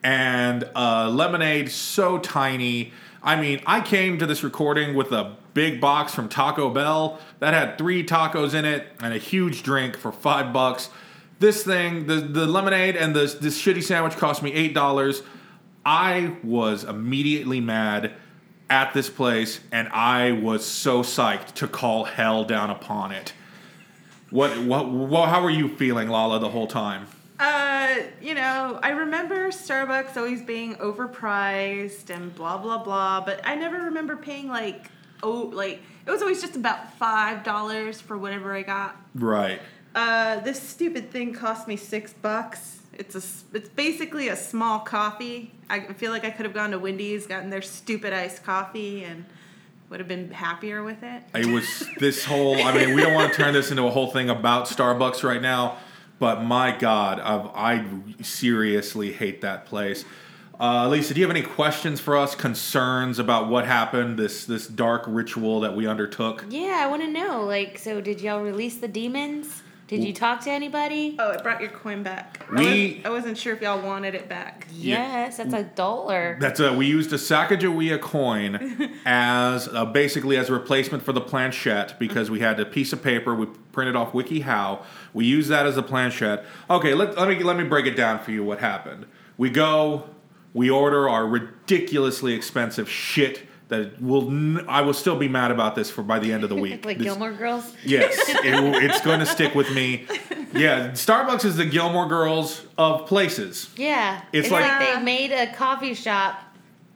S1: and uh, lemonade so tiny. I mean, I came to this recording with a big box from Taco Bell that had three tacos in it and a huge drink for five bucks. This thing, the, the lemonade and this, this shitty sandwich cost me eight dollars. I was immediately mad at this place and I was so psyched to call hell down upon it. What, what, what how were you feeling, Lala, the whole time?
S2: Uh, you know, I remember Starbucks always being overpriced and blah blah blah, but I never remember paying like oh like it was always just about five dollars for whatever I got.
S1: Right.
S2: Uh, this stupid thing cost me six bucks. It's a s- it's basically a small coffee. I feel like I could have gone to Wendy's, gotten their stupid iced coffee, and would have been happier with it.
S1: It was this whole. I mean, we don't want to turn this into a whole thing about Starbucks right now, but my God, i I seriously hate that place. Uh, Lisa, do you have any questions for us? Concerns about what happened? This this dark ritual that we undertook.
S3: Yeah, I want to know. Like, so did y'all release the demons? Did you talk to anybody?
S2: Oh, it brought your coin back. I
S1: We-
S2: wasn't- I wasn't sure if y'all wanted it back.
S1: yeah.
S3: Yes, that's a dollar.
S1: That's a, we used a Sacagawea coin as uh, basically as a replacement for the planchette because we had a piece of paper we printed off WikiHow. We used that as a planchette. Okay, let, let me let me break it down for you. What happened? We go, we order our ridiculously expensive shit that will n- I will still be mad about this for by the end of the week.
S3: like
S1: This-
S3: Gilmore Girls.
S1: Yes, it will, it's going to stick with me. Yeah, Starbucks is the Gilmore Girls of places.
S3: Yeah,
S1: It's
S3: it's,
S1: like-
S3: like, they made a coffee shop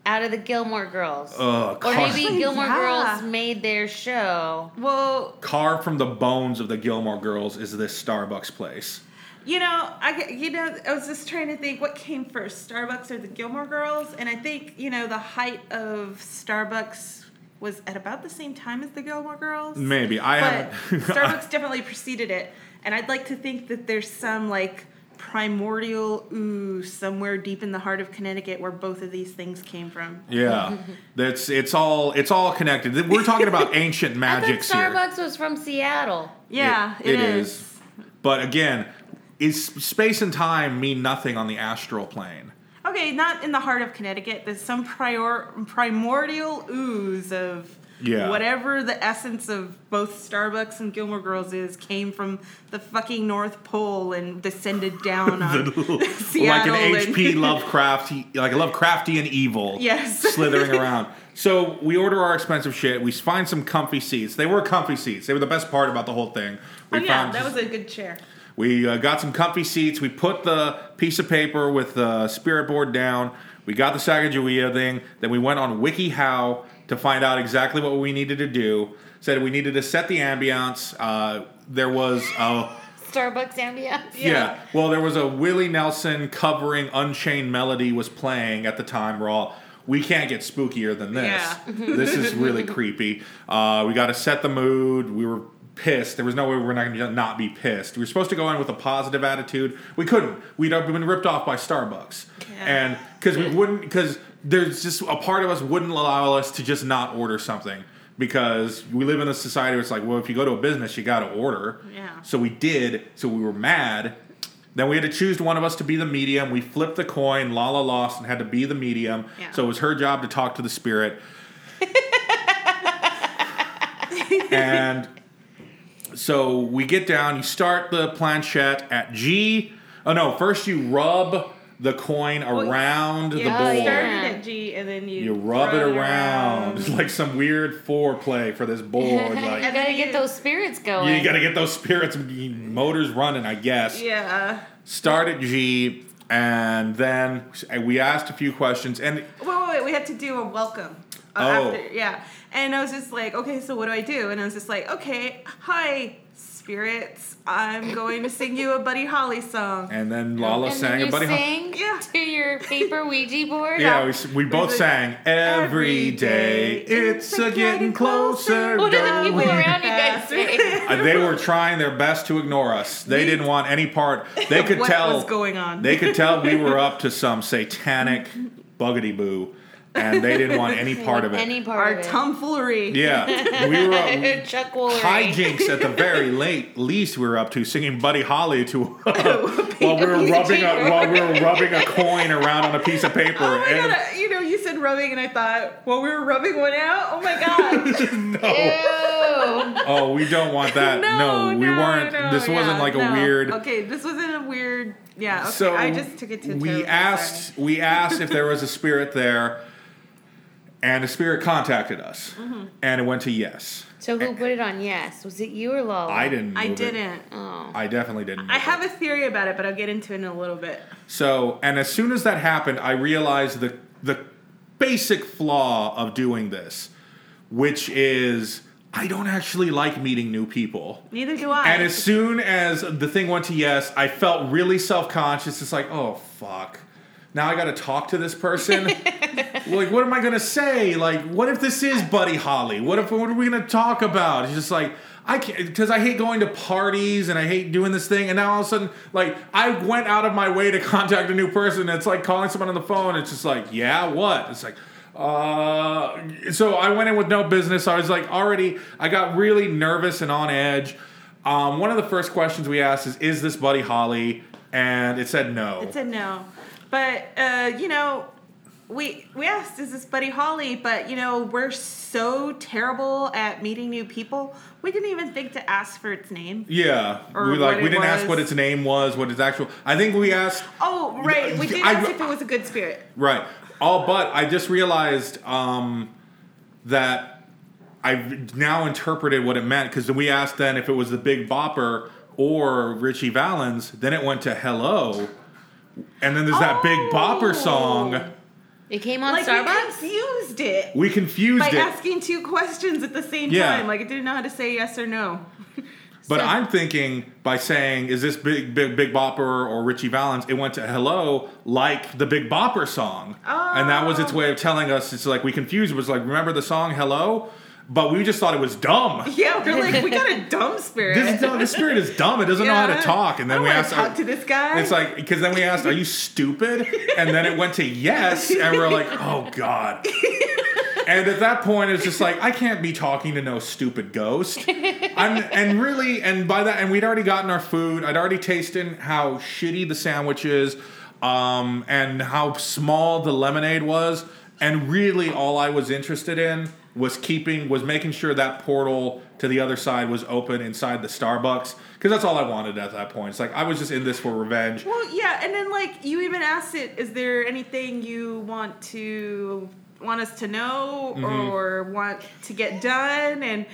S3: out of the Gilmore Girls,
S1: Ugh,
S3: or
S1: car-
S3: maybe Gilmore
S2: Yeah.
S3: Girls made their show.
S2: Well,
S1: carved from the bones of the Gilmore Girls is this Starbucks place.
S2: You know, I get- you know, I was just trying to think what came first, Starbucks or the Gilmore Girls, and I think you know the height of Starbucks was at about the same time as the Gilmore Girls.
S1: Maybe I
S2: But
S1: haven't.
S2: Starbucks definitely preceded it, and I'd like to think that there's some like primordial ooh somewhere deep in the heart of Connecticut where both of these things came from.
S1: yeah, that's it's all it's all connected. We're talking about ancient magics
S3: I
S1: here.
S3: thought Starbucks was from Seattle.
S2: Yeah,
S1: It- it is. But again, is space and time mean nothing on the astral plane?
S2: Okay, not in the heart of Connecticut. There's some prior primordial ooze of
S1: Yeah.
S2: whatever the essence of both Starbucks and Gilmore Girls is came from the fucking North Pole and descended down on
S1: like
S2: Seattle.
S1: an HP
S2: and-
S1: Lovecraft, like a Lovecraftian evil,
S2: Yes.
S1: slithering around. So we order our expensive shit. We find some comfy seats. They were comfy seats. They were the best part about the whole thing.
S2: Oh
S1: We
S2: yeah,
S1: found
S2: that
S1: just-
S2: was a good chair.
S1: We uh, got some comfy seats. We put the piece of paper with the spirit board down. We got the Sacagawea thing. Then we went on WikiHow to find out exactly what we needed to do. Said we needed to set the ambiance. Uh, there was a
S3: Starbucks ambiance.
S1: yeah. Well, there was a Willie Nelson covering Unchained Melody was playing at the time. We're all we can't get spookier than this.
S2: Yeah.
S1: this is really creepy. Uh, we got to set the mood. We were pissed. There was no way we were not going to not be pissed. We were supposed to go in with a positive attitude. We couldn't. We'd have been ripped off by Starbucks,
S2: Yeah.
S1: and because we wouldn't because there's just a part of us wouldn't allow us to just not order something. Because we live in a society where it's like, well, if you go to a business, you got to order.
S2: Yeah.
S1: So we did. So we were mad. Then we had to choose one of us to be the medium. We flipped the coin. Lala lost and had to be the medium.
S2: Yeah.
S1: So it was her job to talk to the spirit. and so we get down. You start the planchette at G. Oh no! First you rub the coin around the
S2: You
S1: board.
S2: started
S3: yeah.
S2: at G and then you
S1: You rub it
S2: throw
S1: around. It's like some weird foreplay for this board.
S3: you
S1: Like
S3: gotta
S2: you-
S3: get those spirits going.
S1: you got to get those spirits motors running, I guess
S2: Yeah.
S1: start at G, and then we asked a few questions. And
S2: Wait, wait, wait. We had to do a welcome. Uh,
S1: Oh.
S2: After, yeah. And I was just like, okay, so what do I do? And I was just like, okay, hi, spirits. I'm going to sing you a Buddy Holly song.
S1: and then Lala
S3: and
S1: sang
S3: then
S1: a
S3: you
S1: buddy. Holly-
S3: sang
S2: Yeah.
S3: to your paper Ouija board.
S1: yeah, we, s- we both
S2: like,
S1: sang every day. It's a getting closer.
S3: What do the
S1: going
S3: people around you guys
S2: Faster.
S3: say?
S1: Uh, they were trying their best to ignore us. They didn't want any part. They could
S2: what
S1: tell
S2: was going on?
S1: They could tell we were up to some satanic buggity boo. and they didn't want any part of it.
S3: Any part
S2: Our
S3: of it.
S2: tomfoolery.
S1: yeah, we were
S3: Chuck Woolery.
S1: hijinks at the very late least we were up to singing Buddy Holly to while we were
S3: piece
S1: rubbing
S3: of
S1: a
S3: paper.
S1: while we were rubbing a coin around on a piece of paper.
S2: Oh my
S1: and-
S2: god! I- You know, you said rubbing, and I thought, well, we were rubbing one out. Oh my god!
S3: Ew.
S1: oh, we don't want that. no, we weren't.
S2: no,
S1: this wasn't
S2: yeah,
S1: like a
S2: no.
S1: weird.
S2: Okay, this wasn't a weird. Yeah. Okay,
S1: so
S2: I just took it to. a
S1: we
S2: totally
S1: asked we asked if there was a spirit there, and a spirit contacted us,
S2: Mm-hmm.
S1: and it went to yes.
S3: so who put it on? Yes. Was it you or Lola?
S1: I didn't.
S2: different. I
S1: move it.
S2: didn't.
S3: Oh.
S1: I definitely didn't.
S2: I
S1: move it.
S2: have a theory about it, but I'll get into it in a little bit.
S1: So, and as soon as that happened, I realized the the basic flaw of doing this, which is I don't actually like meeting new people.
S2: Neither do I.
S1: And as soon as the thing went to yes, I felt really self conscious. It's like, oh fuck. Now I gotta talk to this person. like, what am I gonna say? Like, what if this is Buddy Holly? What if what are we gonna talk about? It's just like I can't because I hate going to parties and I hate doing this thing. And now all of a sudden, like I went out of my way to contact a new person. It's like calling someone on the phone. It's just like, yeah, what? It's like, uh, so I went in with no business. I was like, already, I got really nervous and on edge. Um, one of the first questions we asked is, is this Buddy Holly? And it said no.
S2: It's a no. But uh, you know, we we asked, is this Buddy Holly? But you know, we're so terrible at meeting new people. We didn't even think to ask for its name.
S1: yeah,
S2: Or
S1: we like
S2: what
S1: we
S2: it
S1: didn't ask
S2: was.
S1: what its name was, what its actual. I think we asked
S2: Oh, right. We did
S1: I-
S2: ask if it was a good spirit.
S1: Right. All but I just realized um, that I've now interpreted what it meant because we asked then if it was the Big Bopper or Richie Valens. Then it went to Hello, and then there's that Big Bopper song.
S3: It came on
S2: Like
S3: Starbucks?
S2: we confused it
S1: We confused
S2: by
S1: it,
S2: asking two questions at the same
S1: Yeah.
S2: time. Like it didn't know how to say yes or no.
S1: but I'm thinking by saying is this Big Big Big Bopper or Richie Valens? It went to Hello like the Big Bopper song, and that was its
S2: Oh.
S1: way of telling us it's like we confused. It was like remember the song Hello, but we just thought it was dumb.
S2: Yeah, we're like, we got a dumb spirit.
S1: This, is dumb- this spirit is dumb. It doesn't know how
S2: Yeah.
S1: to talk. And
S2: I
S1: then
S2: don't
S1: we
S2: wanna
S1: asked.
S2: talk to this guy.
S1: It's like because then we asked, "Are you stupid?" And then it went to yes, and we're like, "Oh God." And at that point, it's just like I can't be talking to no stupid ghost. I'm, and really, and by that, and we'd already gotten our food. I'd already tasted how shitty the sandwich is, um, and how small the lemonade was. And really, all I was interested in was keeping, was making sure that portal to the other side was open inside the Starbucks, because that's all I wanted at that point. It's like I was just in this for revenge.
S2: Well, yeah, and then like you even asked it, is there anything you want to want us to know or want to get done? And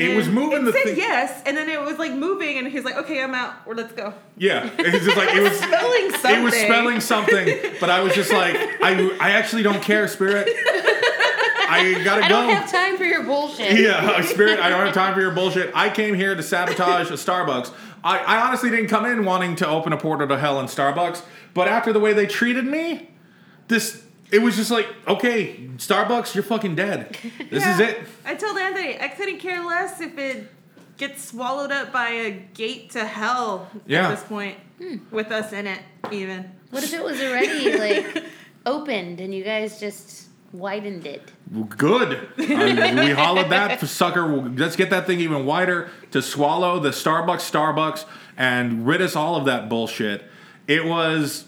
S1: Mm-hmm. It
S2: then
S1: was moving
S2: It
S1: the
S2: said
S1: thing-
S2: yes, and then it was like moving, and he's like, "Okay, I'm out. Or let's go."
S1: Yeah, it's just like it was.
S2: Spelling something.
S1: It was spelling something, but I was just like, I, I actually don't care, Spirit. I gotta
S3: I
S1: go.
S3: don't have time for your bullshit.
S1: yeah, Spirit, I don't have time for your bullshit. I came here to sabotage a Starbucks. I, I honestly didn't come in wanting to open a portal to hell in Starbucks, but after the way they treated me, this it was just like, okay, Starbucks, you're fucking dead. This is
S2: Yeah.
S1: it.
S2: I told Anthony I couldn't care less if it gets swallowed up by a gate to hell
S1: Yeah.
S2: at this point, with us in it, even.
S3: What if it was already like opened and you guys just widened it?
S1: Good. Um, we hollered that for sucker. Let's get that thing even wider to swallow the Starbucks, Starbucks, and rid us all of that bullshit. It was.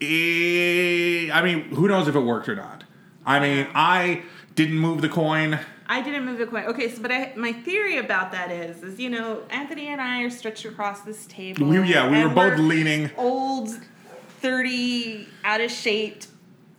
S1: eh, I mean, who knows if it worked or not? I mean, I didn't move the coin.
S2: I didn't move the coin. Okay, so but I, my theory about that is, is you know, Anthony and I are stretched across this table.
S1: We, yeah, we were
S2: and
S1: both leaning.
S2: old, thirty, out of shape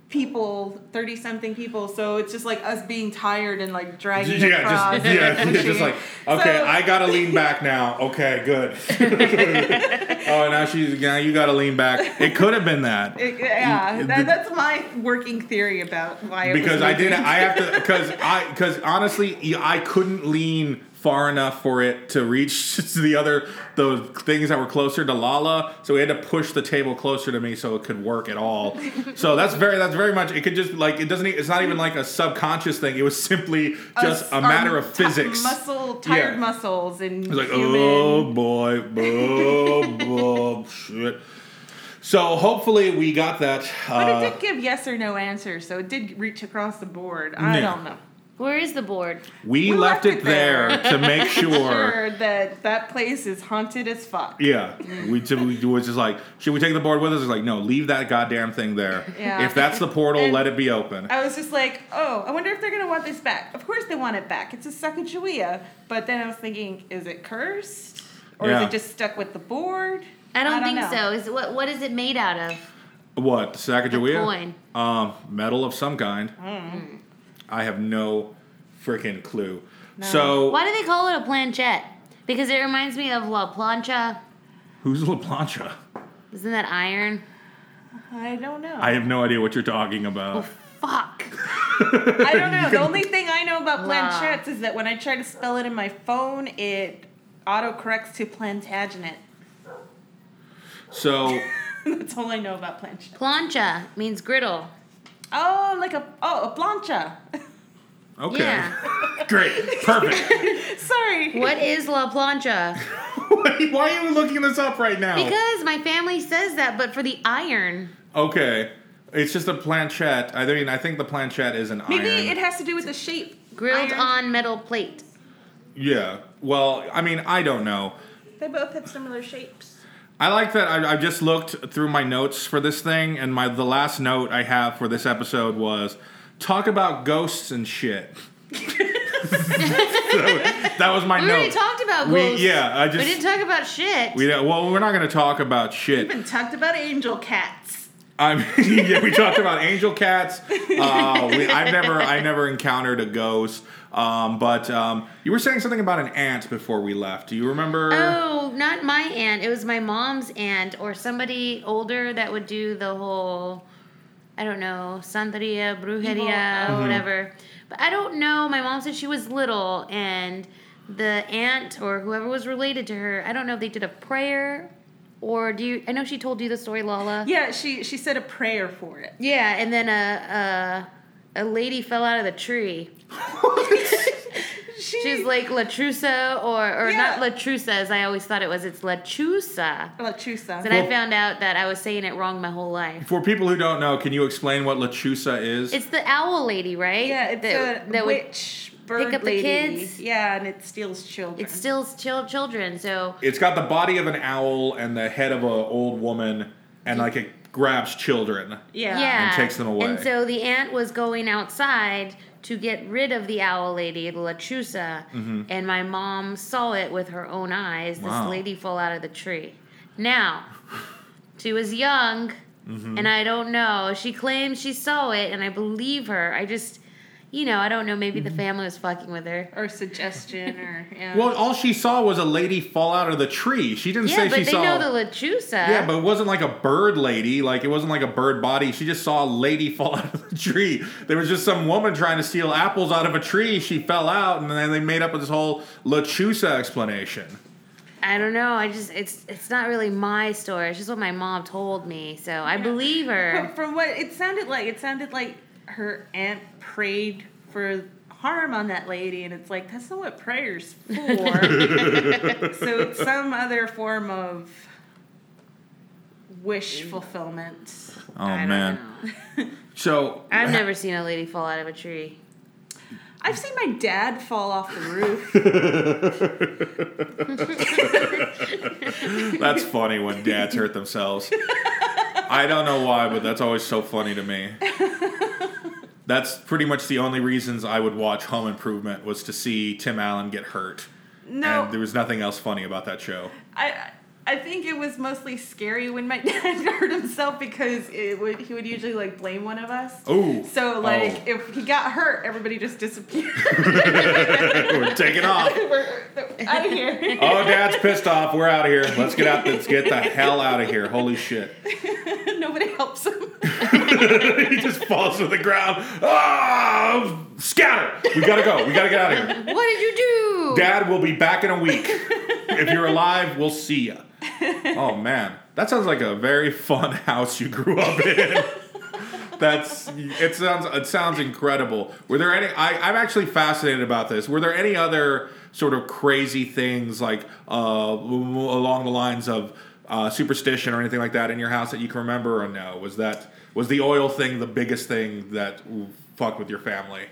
S2: people, thirty something people. So it's just like us being tired and like dragging
S1: Yeah,
S2: across.
S1: just yeah,
S2: and
S1: yeah, just
S2: pushing.
S1: like okay,
S2: So-
S1: I gotta lean back now. Okay, good. oh, now she's now you gotta lean back. It could have been that.
S2: It- yeah,
S1: You-
S2: that,
S1: the-
S2: that's my working theory about why. It
S1: because
S2: was
S1: I
S2: moving.
S1: didn't. I have to because I because honestly, I couldn't lean far enough for it to reach the other the things that were closer to Lala. So we had to push the table closer to me so it could work at all. so that's very that's very much. It could just like it doesn't. e- It's not even like a subconscious thing. It was simply just a
S2: Us-
S1: matter
S2: our
S1: of
S2: ti-
S1: physics.
S2: muscle, tired
S1: Yeah.
S2: muscles, and
S1: oh It's like,
S2: human.
S1: oh boy, oh, boy, shit. So hopefully we got that.
S2: But
S1: uh,
S2: it did give yes or no answers, so it did reach across the board. I
S1: Yeah.
S2: don't know.
S3: Where is the board?
S1: we, left, it there, to make sure.
S2: Sure, that that place is haunted as fuck.
S1: Yeah, we, t- we was just like, should we take the board with us? It's like, no, leave that goddamn thing there.
S2: Yeah.
S1: If that's the portal,
S2: And-
S1: let it be open.
S2: I was just like, oh, I wonder if they're gonna want this back. Of course they want it back. It's a Sacagawea. But then I was thinking, is it cursed? Or
S1: Yeah.
S2: is it just stuck with the board?
S3: I don't, think
S2: know.
S3: so. Is it, what what is it made out of?
S1: What the Sacagawea?
S3: coin.
S1: Um, metal of some kind.
S2: Mm.
S1: I have no freaking clue. So
S3: Why do they call it a planchette? Because it reminds me of La Plancha.
S1: who's La Plancha?
S3: Isn't that iron?
S2: I don't know.
S1: I have no idea what you're talking about.
S3: Fuck.
S2: I don't know. The only thing I know about
S3: Wow.
S2: planchettes is that when I try to spell it in my phone, it autocorrects to Plantagenet.
S1: So
S2: That's all I know about planchette.
S3: Plancha means griddle.
S2: Oh, like a oh a plancha.
S1: okay,
S3: Yeah.
S1: great, perfect.
S2: Sorry.
S3: What is La Plancha?
S1: Oh. Wait, Why are you looking this up right now?
S3: Because my family says that, but for the iron.
S1: okay, it's just a planchette. I mean, I think the planchette is an
S2: Maybe
S1: iron.
S2: it has to do with the shape.
S3: Grilled
S2: Iron.
S3: on metal plate.
S1: yeah. Well, I mean, I don't know.
S2: They both have similar shapes.
S1: I like that. I, I just looked through my notes for this thing, and my the last note I have for this episode was talk about ghosts and shit. that was my
S3: We already
S1: note.
S3: talked about
S1: We-
S3: ghosts.
S1: yeah, I
S3: we didn't
S1: just
S3: talk about shit.
S1: we don't- well, we're not going to talk about shit.
S2: Even talked about angel cats.
S1: I mean, yeah, we talked about angel cats. Uh, we, I've never, I never encountered a ghost. Um, but um, you were saying something about an ant before we left. Do you remember?
S3: Oh, not my aunt. It was my mom's aunt or somebody older that would do the whole, I don't know, santeria, brujeria,
S1: Mm-hmm.
S2: Evil.
S3: whatever. But I don't know. My mom said she was little, and the aunt or whoever was related to her, I don't know if they did a prayer or do you. I know she told you the story, Lala.
S2: Yeah, she she said a prayer for it.
S3: Yeah, and then a, a, a lady fell out of the tree.
S2: She,
S3: She's like Latrusa or, or
S2: Yeah.
S3: not Latrusa as I always thought it was. It's Lachusa.
S2: Lachusa.
S3: And
S1: Well-
S3: I found out that I was saying it wrong my whole life.
S1: For people who don't know, can you explain what Lachusa is?
S3: It's the owl lady, right?
S2: Yeah, it's
S3: that,
S2: a
S3: that would
S2: witch bird
S3: up the
S2: lady.
S3: kids.
S2: Yeah, and it steals children.
S3: it steals chil- children. So
S1: It's got the body of an owl and the head of an old woman, and like it grabs children.
S2: yeah.
S3: yeah,
S1: takes them away.
S3: And so the aunt was going outside to get rid of the owl lady, the Lachusa, and my mom saw it with her own eyes. This
S1: Mm-hmm. Wow.
S3: lady fall out of the tree. Now, she was young,
S1: Mm-hmm.
S3: and I don't know. She claims she saw it, and I believe her. I just, you know, I don't know. Maybe
S1: Mm-hmm.
S3: the family was fucking with her.
S2: Or suggestion or yeah.
S1: Well, all she saw was a lady fall out of the tree. She didn't
S3: Yeah,
S1: say
S3: but
S1: she
S3: they
S1: saw.
S3: know the Lachusa.
S1: yeah, but it wasn't like a bird lady. Like it wasn't like a bird body. She just saw a lady fall out of the tree. There was just some woman trying to steal apples out of a tree. She fell out, and then they made up this whole Lachusa explanation.
S3: I don't know. I just it's it's not really my story. It's just what my mom told me, so I believe
S2: From,
S3: her.
S2: from what it sounded like, it sounded like her aunt prayed for harm on that lady, and it's like that's not what prayers for. so it's some other form of wish fulfillment.
S1: Oh
S3: I don't
S1: man!
S3: know.
S1: So
S3: I've never seen a lady fall out of a tree.
S2: I've seen my dad fall off the roof.
S1: That's funny when dads hurt themselves. I don't know why, but that's always so funny to me. That's pretty much the only reasons I would watch Home Improvement was to see Tim Allen get hurt.
S2: No,
S1: And there was nothing else funny about that show.
S2: I I think it was mostly scary when my dad hurt himself because it would he would usually like blame one of us.
S1: Ooh.
S2: So like
S1: Oh,
S2: if he got hurt, everybody just disappeared.
S1: we're taking off.
S2: We're out of here.
S1: Oh, dad's pissed off. We're out of here. Let's get out. Let's get the hell out of here. Holy shit.
S2: Nobody helps him.
S1: he just falls to the ground. Ah! Scatter! We gotta go. We gotta get out of here.
S3: What did you do?
S1: Dad will be back in a week. if you're alive, we'll see ya. Oh man, that sounds like a very fun house you grew up in. That's it sounds it sounds incredible. Were there any? I, I'm actually fascinated about this. Were there any other sort of crazy things like uh, along the lines of uh, superstition or anything like that in your house that you can remember, or no? Was that was the oil thing the biggest thing that fucked with your family?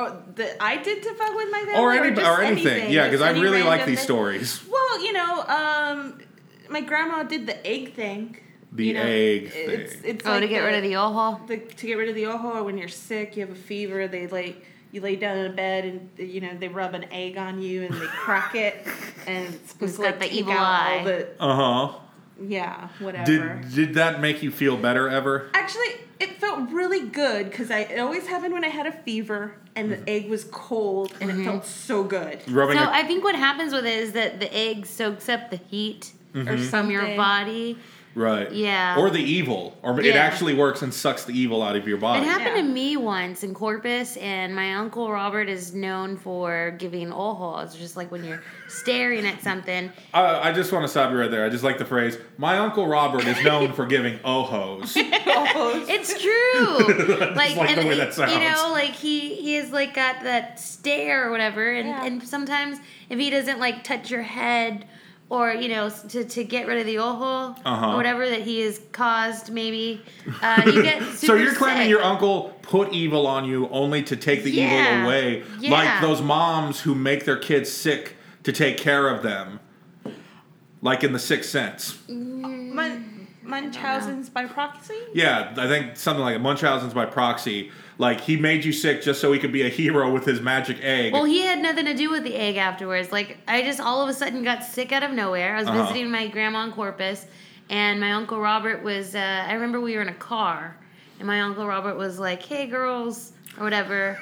S2: Oh, that I did to fuck with my family,
S1: or,
S2: or,
S1: any,
S2: just
S1: or anything.
S2: anything.
S1: Yeah,
S2: Like,
S1: because I
S2: any
S1: really like
S2: random
S1: these
S2: thing.
S1: stories.
S2: Well, you know, um, my grandma did the egg thing.
S1: The
S2: you know,
S1: egg
S2: it's,
S1: thing.
S2: It's
S3: Oh,
S2: like
S3: to get rid of the alcohol.
S2: the, to get rid of the ojo or when you're sick, you have a fever, they like you lay down in a bed and you know they rub an egg on you and they crack it and it's supposed to
S3: got
S2: like
S3: the
S2: take
S3: evil
S2: out
S3: eye.
S2: all the
S1: Uh huh.
S2: yeah whatever.
S1: Did did that make you feel better ever?
S2: Actually, it felt really good because I it always happened when I had a fever and the egg was cold and it felt so good.
S1: Rubbing
S3: So
S1: a-
S3: I think what happens with it is that the egg soaks up the heat
S2: Or
S3: from your
S2: something.
S3: body.
S1: right.
S3: Yeah.
S1: Or the evil, or it
S3: Yeah.
S1: actually works and sucks the evil out of your body.
S3: It happened
S2: Yeah.
S3: to me once in Corpus, and my uncle Robert is known for giving ojo. It's just like when you're staring at something.
S1: Uh, I just want to stop you right there. I just like the phrase. My uncle Robert is known for giving ohos.
S3: It's true. like,
S1: like
S3: and
S1: the way
S3: it-
S1: that sounds.
S3: you know, like he he has like got that stare or whatever, and
S2: Yeah.
S3: and sometimes if he doesn't like touch your head. Or you know, s- to, to get rid of the ojo
S1: Uh-huh.
S3: or whatever that he has caused, maybe uh, you get super
S1: so you're claiming
S3: sick.
S1: your uncle put evil on you only to take the
S3: Yeah.
S1: evil away, like
S3: Yeah.
S1: those moms who make their kids sick to take care of them, like in The Sixth Sense.
S2: Mun- Munchausen's by proxy.
S1: Yeah, I think something like Munchausen's by proxy. Like he made you sick just so he could be a hero with his magic egg.
S3: Well, he had nothing to do with the egg afterwards. Like, I just all of a sudden got sick out of nowhere. I was
S1: Uh-huh.
S3: visiting my grandma in Corpus, and my uncle Robert was. Uh, I remember we were in a car, and my uncle Robert was like, "Hey, girls," or whatever.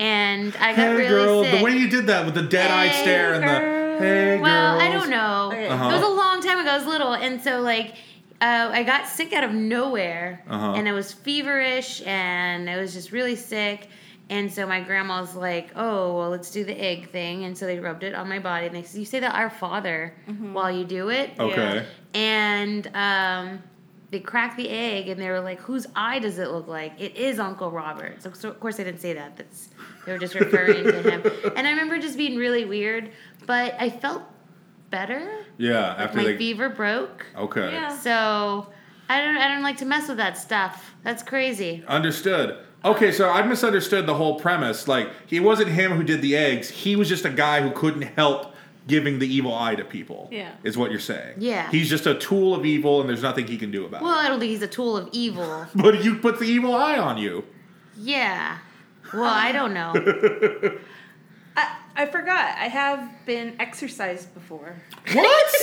S3: And I got
S1: hey
S3: really
S1: girl,
S3: sick.
S1: the way you did that with the dead-eyed
S3: Hey,
S1: stare and the hey
S3: well, I
S1: girls."
S3: don't know.
S2: Uh-huh.
S3: It was a long time ago. I was little, and so like. Uh, I got sick out of nowhere,
S1: Uh-huh.
S3: and I was feverish, and I was just really sick. And so my grandma's like, "Oh, well, let's do the egg thing." And so they rubbed it on my body, and they said, "You say the Our Father while you do it."
S1: Okay.
S3: And um, they cracked the egg, and they were like, "Whose eye does it look like?" It is Uncle Robert. So, so of course they didn't say that. That's they were just referring to him. And I remember just being really weird, but I felt better.
S1: Yeah, after Oh.
S3: My
S1: they
S3: fever broke,
S1: okay.
S2: Yeah.
S3: so I don't. I don't like to mess with that stuff. That's crazy.
S1: Understood. Okay, so I misunderstood the whole premise. Like, he wasn't him who did the eggs. He was just a guy who couldn't help giving the evil eye to people.
S2: Yeah.
S1: Is what you're saying.
S3: Yeah.
S1: He's just a tool of evil and there's nothing he can do about
S3: Well,
S1: it.
S3: I don't think he's a tool of evil.
S1: But you put the evil eye on you.
S3: Yeah. Well, I don't know.
S2: I, I forgot. I have been exercised before.
S1: What?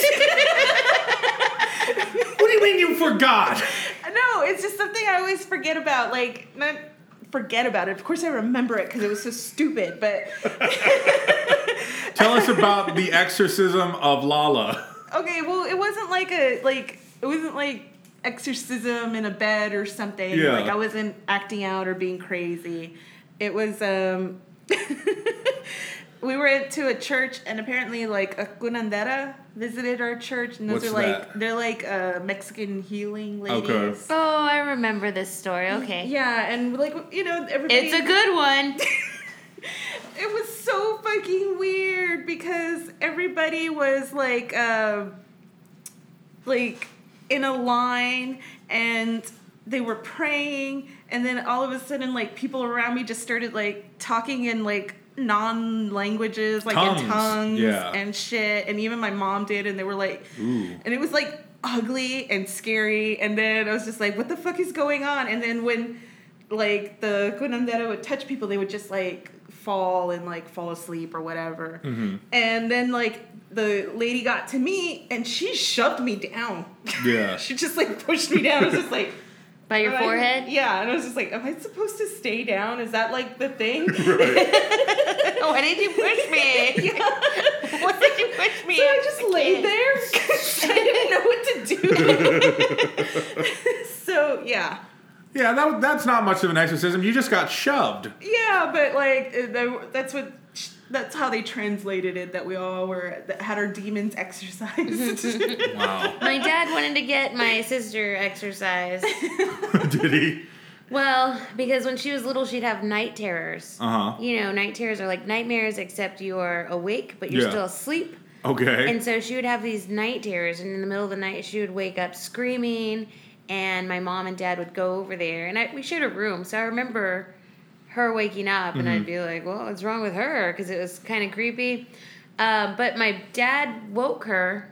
S1: what do you mean you forgot?
S2: Uh, No, it's just something I always forget about. Like, not forget about it. Of course, I remember it because it was so stupid. But
S1: Tell us about the exorcism of Lala.
S2: okay, well, it wasn't like a like it wasn't like exorcism in a bed or something.
S1: Yeah.
S2: Like I wasn't acting out or being crazy. It was um. We were to a church, and apparently, like a curandera visited our church, and those
S1: What's
S2: are like
S1: that?
S2: they're like uh, Mexican healing ladies.
S1: Okay.
S3: oh, I remember this story. Okay.
S2: Yeah, and like you know, everybody.
S3: It's a good one.
S2: It was so fucking weird because everybody was like, uh, like in a line and they were praying, and then all of a sudden, like people around me just started like talking in like non-languages, like in
S1: Tongues,
S2: tongues
S1: yeah.
S2: and shit, and even my mom did, and they were like,
S1: Ooh.
S2: and it was like ugly and scary and then i was just like what the fuck is going on and then when like the curandera would touch people they would just like fall and like fall asleep or whatever
S1: Mm-hmm.
S2: and then like the lady got to me and she shoved me down
S1: Yeah.
S2: she just like pushed me down i was just like
S3: By your
S2: am I-
S3: forehead.
S2: yeah and i was just like am i supposed to stay down is that like the thing
S3: Why did you push me? Why did you push me?
S2: So I just laid there because I didn't know what to do. so yeah.
S1: Yeah, that, that's not much of an exorcism. You just got shoved.
S2: Yeah, but like uh, they- that's what that's how they translated it that we all were that had our demons exercised.
S1: Wow.
S3: My dad wanted to get my sister exercise.
S1: Did he?
S3: Well, because when she was little, she'd have night terrors.
S1: Uh huh.
S3: You know, night terrors are like nightmares, except you are awake, but you're
S1: Yeah.
S3: still asleep.
S1: Okay.
S3: And so she would have these night terrors, and in the middle of the night, she would wake up screaming, and my mom and dad would go over there, and I, we shared a room, so I remember her waking up, and
S1: Mm-hmm.
S3: I'd be like, "Well, what's wrong with her?" Because it was kind of creepy. Um, but my dad woke her,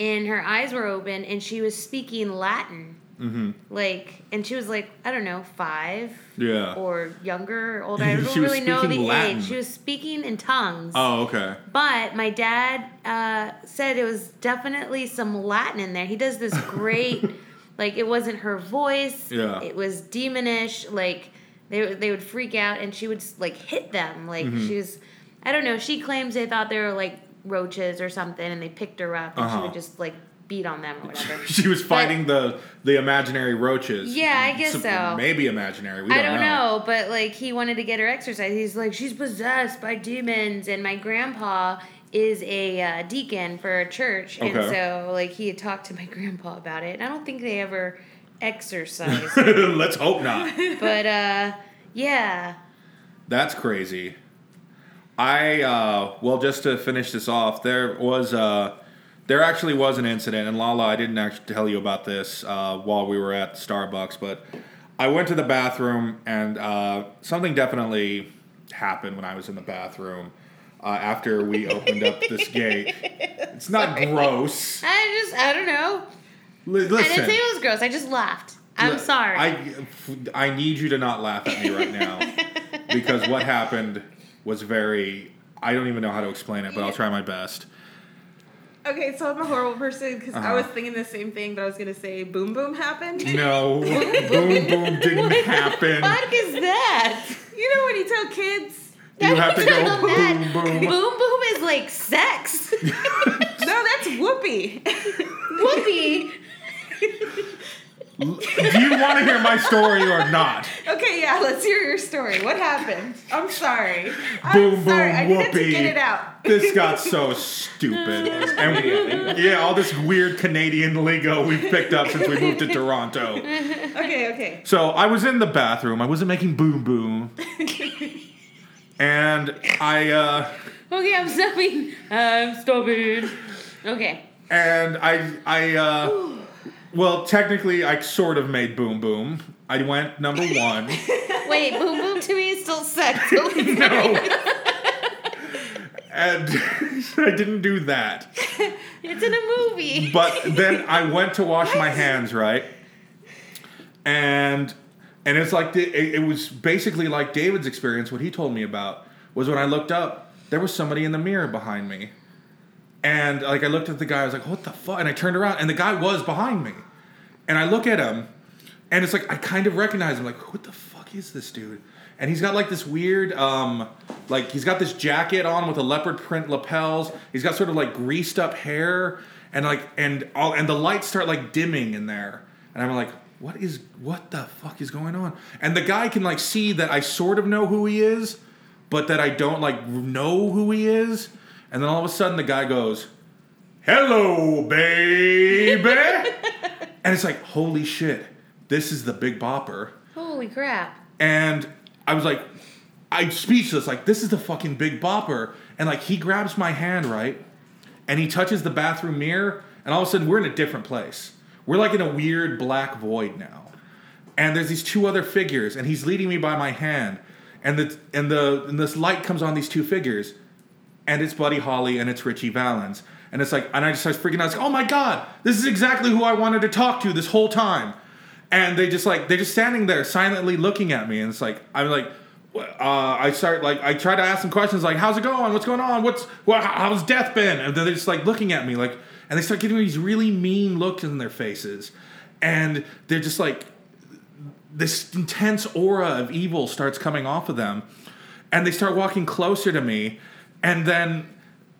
S3: and her eyes were open, and she was speaking Latin, mm-hmm. like, and she was like, I don't know, five,
S1: Yeah.
S3: or younger, or older. I don't
S1: She was
S3: really know the
S1: speaking Latin.
S3: age. She was speaking in tongues.
S1: oh, okay.
S3: But my dad uh, said it was definitely some Latin in there. He does this great, like it wasn't her voice.
S1: Yeah.
S3: It was demonish. Like they they would freak out, and she would like hit them. Like
S1: Mm-hmm.
S3: she was, I don't know. She claims they thought they were like roaches or something, and they picked her up, and she
S1: Uh-huh.
S3: would just like beat on them or whatever.
S1: She was fighting the the imaginary roaches.
S3: Yeah, I guess
S1: Some-
S3: so.
S1: Maybe imaginary. We
S3: I don't know. but like he wanted to get her exercise. He's like, she's possessed by demons, and my grandpa is a uh, deacon for a church, and
S1: Okay.
S3: so like he had talked to my grandpa about it. And I don't think they ever exercised,
S1: Let's hope not.
S3: but uh, yeah,
S1: That's crazy. I uh, well, just to finish this off, there was uh, there actually was an incident, and Lala, I didn't actually tell you about this uh, while we were at Starbucks, but I went to the bathroom, and uh, something definitely happened when I was in the bathroom uh, after we opened up this gate. It's not gross.
S3: I just I don't know.
S1: Li-
S3: I didn't
S1: listen,
S3: say it was gross. I just laughed. I'm
S1: Look,
S3: sorry.
S1: I, I need you to not laugh at me right now because what happened was very. I don't even know how to explain it, but I'll try my best.
S2: Okay, so I'm a horrible person because I
S1: Uh-huh.
S2: was thinking the same thing, but I was gonna say boom boom happened.
S1: No, boom boom didn't happen.
S3: What the fuck is that?
S2: You know when you tell kids?
S1: You have to go
S3: Tell them that.
S1: boom, boom.
S3: Boom boom is like sex.
S2: No, that's whoopee.
S3: Whoopee.
S1: Do you want to hear my story or not?
S2: okay, yeah, let's hear your story. What happened? I'm sorry. I'm
S1: Boom boom
S2: sorry. I needed
S1: whoopee.
S2: to get it out.
S1: This got so stupid. And yeah, all this weird Canadian lingo we've picked up since we moved to Toronto.
S2: Okay, okay.
S1: So I was in the bathroom. I wasn't making boom boom. and I uh,
S3: Okay, I'm stopping. I'm stopping. Okay.
S1: and I I uh, well technically I sort of made boom boom. I went number one.
S3: Wait, boom boom to me is still sex.
S1: no. And I didn't do that.
S3: It's in a movie.
S1: But then I went to wash my hands, right? And and it's like the, it, it was basically like David's experience. What he told me about was when I looked up, there was somebody in the mirror behind me, and like I looked at the guy, I was like, "What the fuck?" And I turned around, and the guy was behind me, and I look at him, and it's like I kind of recognize him, like, "What the fuck is this dude?" And he's got like this weird, um, like he's got this jacket on with a leopard print lapels. He's got sort of like greased up hair, and like and all and the lights start like dimming in there, and I'm like, what is what the fuck is going on? And the guy can like see that I sort of know who he is, but that I don't like know who he is. And then all of a sudden, the guy goes, "Hello, baby," and it's like, holy shit, this is the Big Bopper.
S3: Holy crap.
S1: And I was like, I'm speechless. Like, this is the fucking Big Bopper. And like, he grabs my hand, right? And he touches the bathroom mirror. And all of a sudden, we're in a different place. We're like in a weird black void now. And there's these two other figures, and he's leading me by my hand. And the and the and this light comes on these two figures, and it's Buddy Holly and it's Richie Valens. And it's like, and I just started freaking out. It's like, oh my God, this is exactly who I wanted to talk to this whole time. And they just like, they're just standing there silently looking at me. And it's like, I'm like, wh- uh, I start like, I try to ask them questions like, how's it going? What's going on? What's, wha- how's death been? And then they're just like looking at me like, and they start getting these really mean looks in their faces. And they're just like, this intense aura of evil starts coming off of them and they start walking closer to me and then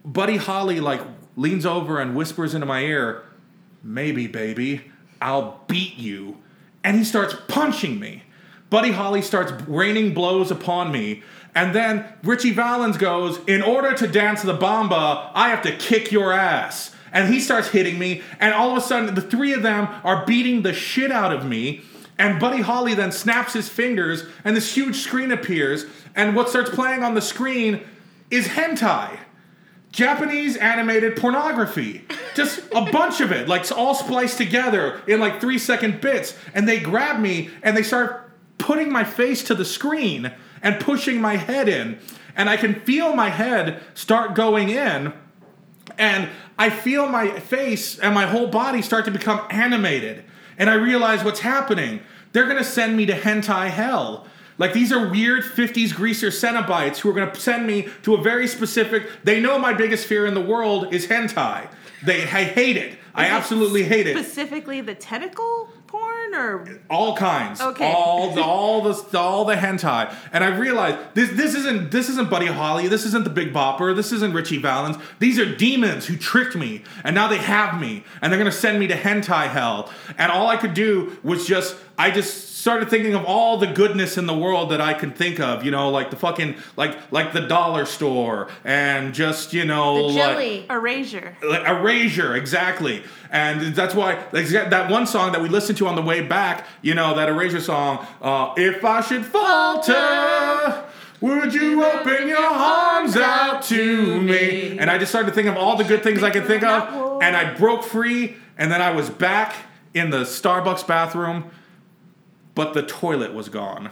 S1: buddy holly like leans over and whispers into my ear maybe baby i'll beat you and he starts punching me buddy holly starts raining blows upon me and then richie valens goes in order to dance the bamba i have to kick your ass and he starts hitting me and all of a sudden the three of them are beating the shit out of me and Buddy Holly then snaps his fingers, and this huge screen appears. And what starts playing on the screen is hentai. Japanese animated pornography. Just a bunch of it, like all spliced together in like three second bits. And they grab me and they start putting my face to the screen and pushing my head in. And I can feel my head start going in. And I feel my face and my whole body start to become animated. And I realize what's happening. They're gonna send me to hentai hell. Like these are weird 50s greaser Cenobites who are gonna send me to a very specific. They know my biggest fear in the world is hentai. They I hate it. I
S2: Is it
S1: absolutely hate it.
S2: Specifically, the tentacle porn, or
S1: All kinds.
S2: Okay.
S1: All the all the all the hentai. And I realized this this isn't this isn't Buddy Holly, this isn't the Big Bopper, this isn't Richie Valens. These are demons who tricked me, and now they have me, and they're gonna send me to hentai hell. And all I could do was just I just started thinking of all the goodness in the world that I could think of, you know, like the fucking like like the dollar store and just, you know,
S3: The
S1: like-
S3: jelly.
S2: erasure.
S1: like erasure exactly and that's why like, that one song that we listened to on the way back you know that erasure song uh, if i should falter would you open your arms out to me and i just started to think of all the good things i could think of and i broke free and then i was back in the starbucks bathroom but the toilet was gone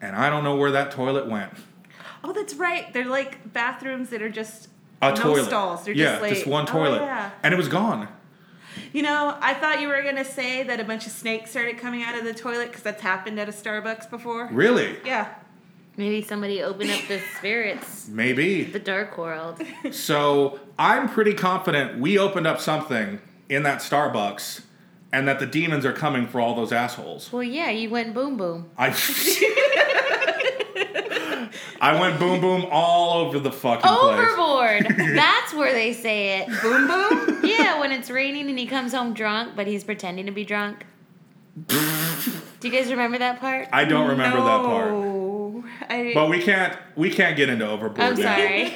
S1: and i don't know where that toilet went
S2: Oh, that's right. They're like bathrooms that are just
S1: a
S2: no
S1: toilet
S2: stalls. They're
S1: yeah
S2: just like
S1: one
S2: oh,
S1: toilet
S2: yeah.
S1: and it was gone
S2: You know, I thought you were gonna say that a bunch of snakes started coming out of the toilet because that's happened at a Starbucks before.
S1: really
S2: Yeah.
S3: Maybe somebody opened up the spirits,
S1: maybe
S3: the dark world.
S1: So I'm pretty confident we opened up something in that Starbucks and that the demons are coming for all those assholes.
S3: Well, yeah, you went boom boom.
S1: I I went boom boom all over the fucking place.
S3: Overboard. That's where they say it.
S2: Boom boom.
S3: Yeah, when it's raining and he comes home drunk, but he's pretending to be drunk. Do you guys remember that part?
S1: I don't remember that part.
S2: no. that part. I,
S1: But we can't we can't get into overboard
S3: I'm
S1: now.
S3: sorry.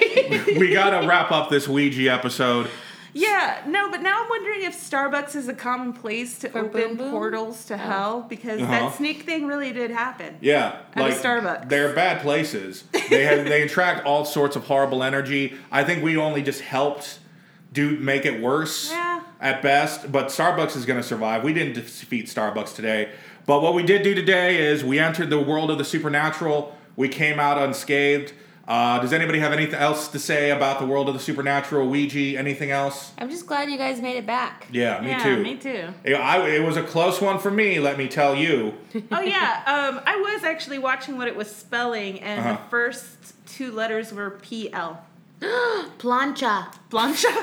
S1: We gotta wrap up this Ouija episode.
S2: yeah, no, but now I'm wondering if Starbucks is a common place to open
S3: Boom Boom?
S2: portals to hell because
S1: Uh-huh.
S2: that snake thing really did happen.
S1: Yeah,
S2: At a Starbucks.
S1: They're bad places. They have, they attract all sorts of horrible energy. I think we only just helped do make it worse
S2: Yeah.
S1: at best. But Starbucks is going to survive. We didn't defeat Starbucks today, but what we did do today is we entered the world of the supernatural. We came out unscathed. Uh, does anybody have anything else to say about the world of the supernatural, Ouija? Anything else?
S3: I'm just glad you guys made it back.
S1: Yeah, me
S2: yeah,
S1: too.
S2: me too.
S1: It, I- it was a close one for me. Let me tell you.
S2: oh yeah, um, I was actually watching what it was spelling, and
S1: Uh-huh.
S2: the first two letters were P L.
S3: Plancha.
S2: Blancha. yeah,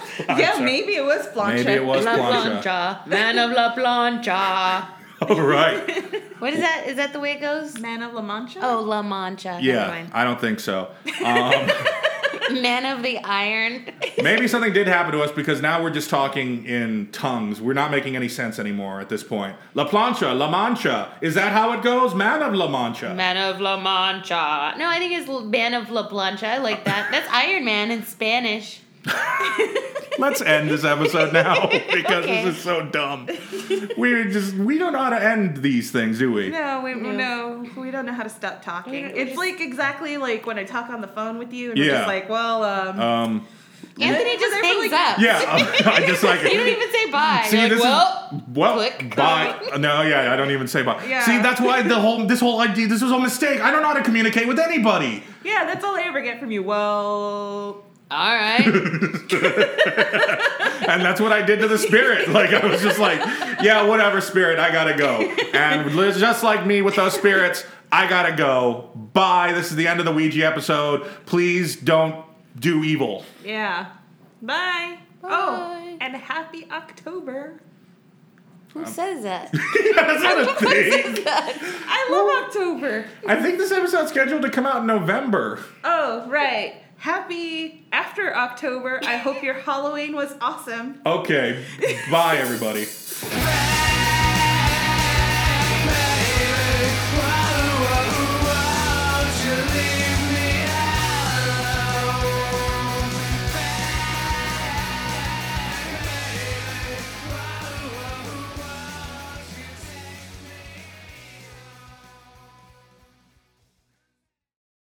S1: Plancha.
S2: maybe it was Blancha.
S1: Maybe it was
S3: La
S1: Plancha.
S3: Plancha. Man of La Plancha.
S1: All right.
S3: What is that? Is that the way it goes?
S2: Man of La Mancha.
S3: Oh, La Mancha. Never
S1: Yeah,
S3: mind.
S1: I don't think so. Um,
S3: Man of the Iron.
S1: maybe something did happen to us because now we're just talking in tongues. We're not making any sense anymore at this point. La Plancha, La Mancha. Is that how it goes? Man of La Mancha.
S3: Man of La Mancha. No, I think it's L- Man of La Plancha. I like that. That's Iron Man in Spanish.
S1: Let's end this episode now because
S3: Okay.
S1: this is so dumb. We just we don't know how to end these things, do we?
S2: No, we no. we don't know how to stop talking.
S3: We're- we're
S2: it's
S3: just-
S2: like exactly like when I talk on the phone with you, and
S1: Yeah.
S2: we're just like, well, um,
S1: Um,
S3: Anthony just
S2: They're
S3: hangs
S2: really-
S3: up.
S1: yeah, um, I just like
S3: You don't even say bye.
S1: See,
S3: You're like,
S1: this
S3: well,
S1: is well,
S3: click,
S1: bye. No, yeah, I don't even say bye.
S2: Yeah.
S1: See, that's why the whole this whole idea this was a mistake. I don't know how to communicate with anybody.
S2: yeah, that's all I ever get from you. Well,
S3: all right.
S1: and that's what I did to the spirit. Like I was just like, yeah, whatever, spirit, I gotta go. And li- just like me with those spirits, I gotta go. Bye. This is the end of the Ouija episode. Please don't do evil.
S2: yeah, bye. Oh,
S3: Bye.
S2: and happy October.
S3: Who says that?
S1: That's not a thing.
S2: I love October.
S1: I think this episode's scheduled to come out in November.
S2: Oh, right. Happy after October. I hope your Halloween was awesome.
S1: Okay. Bye, everybody.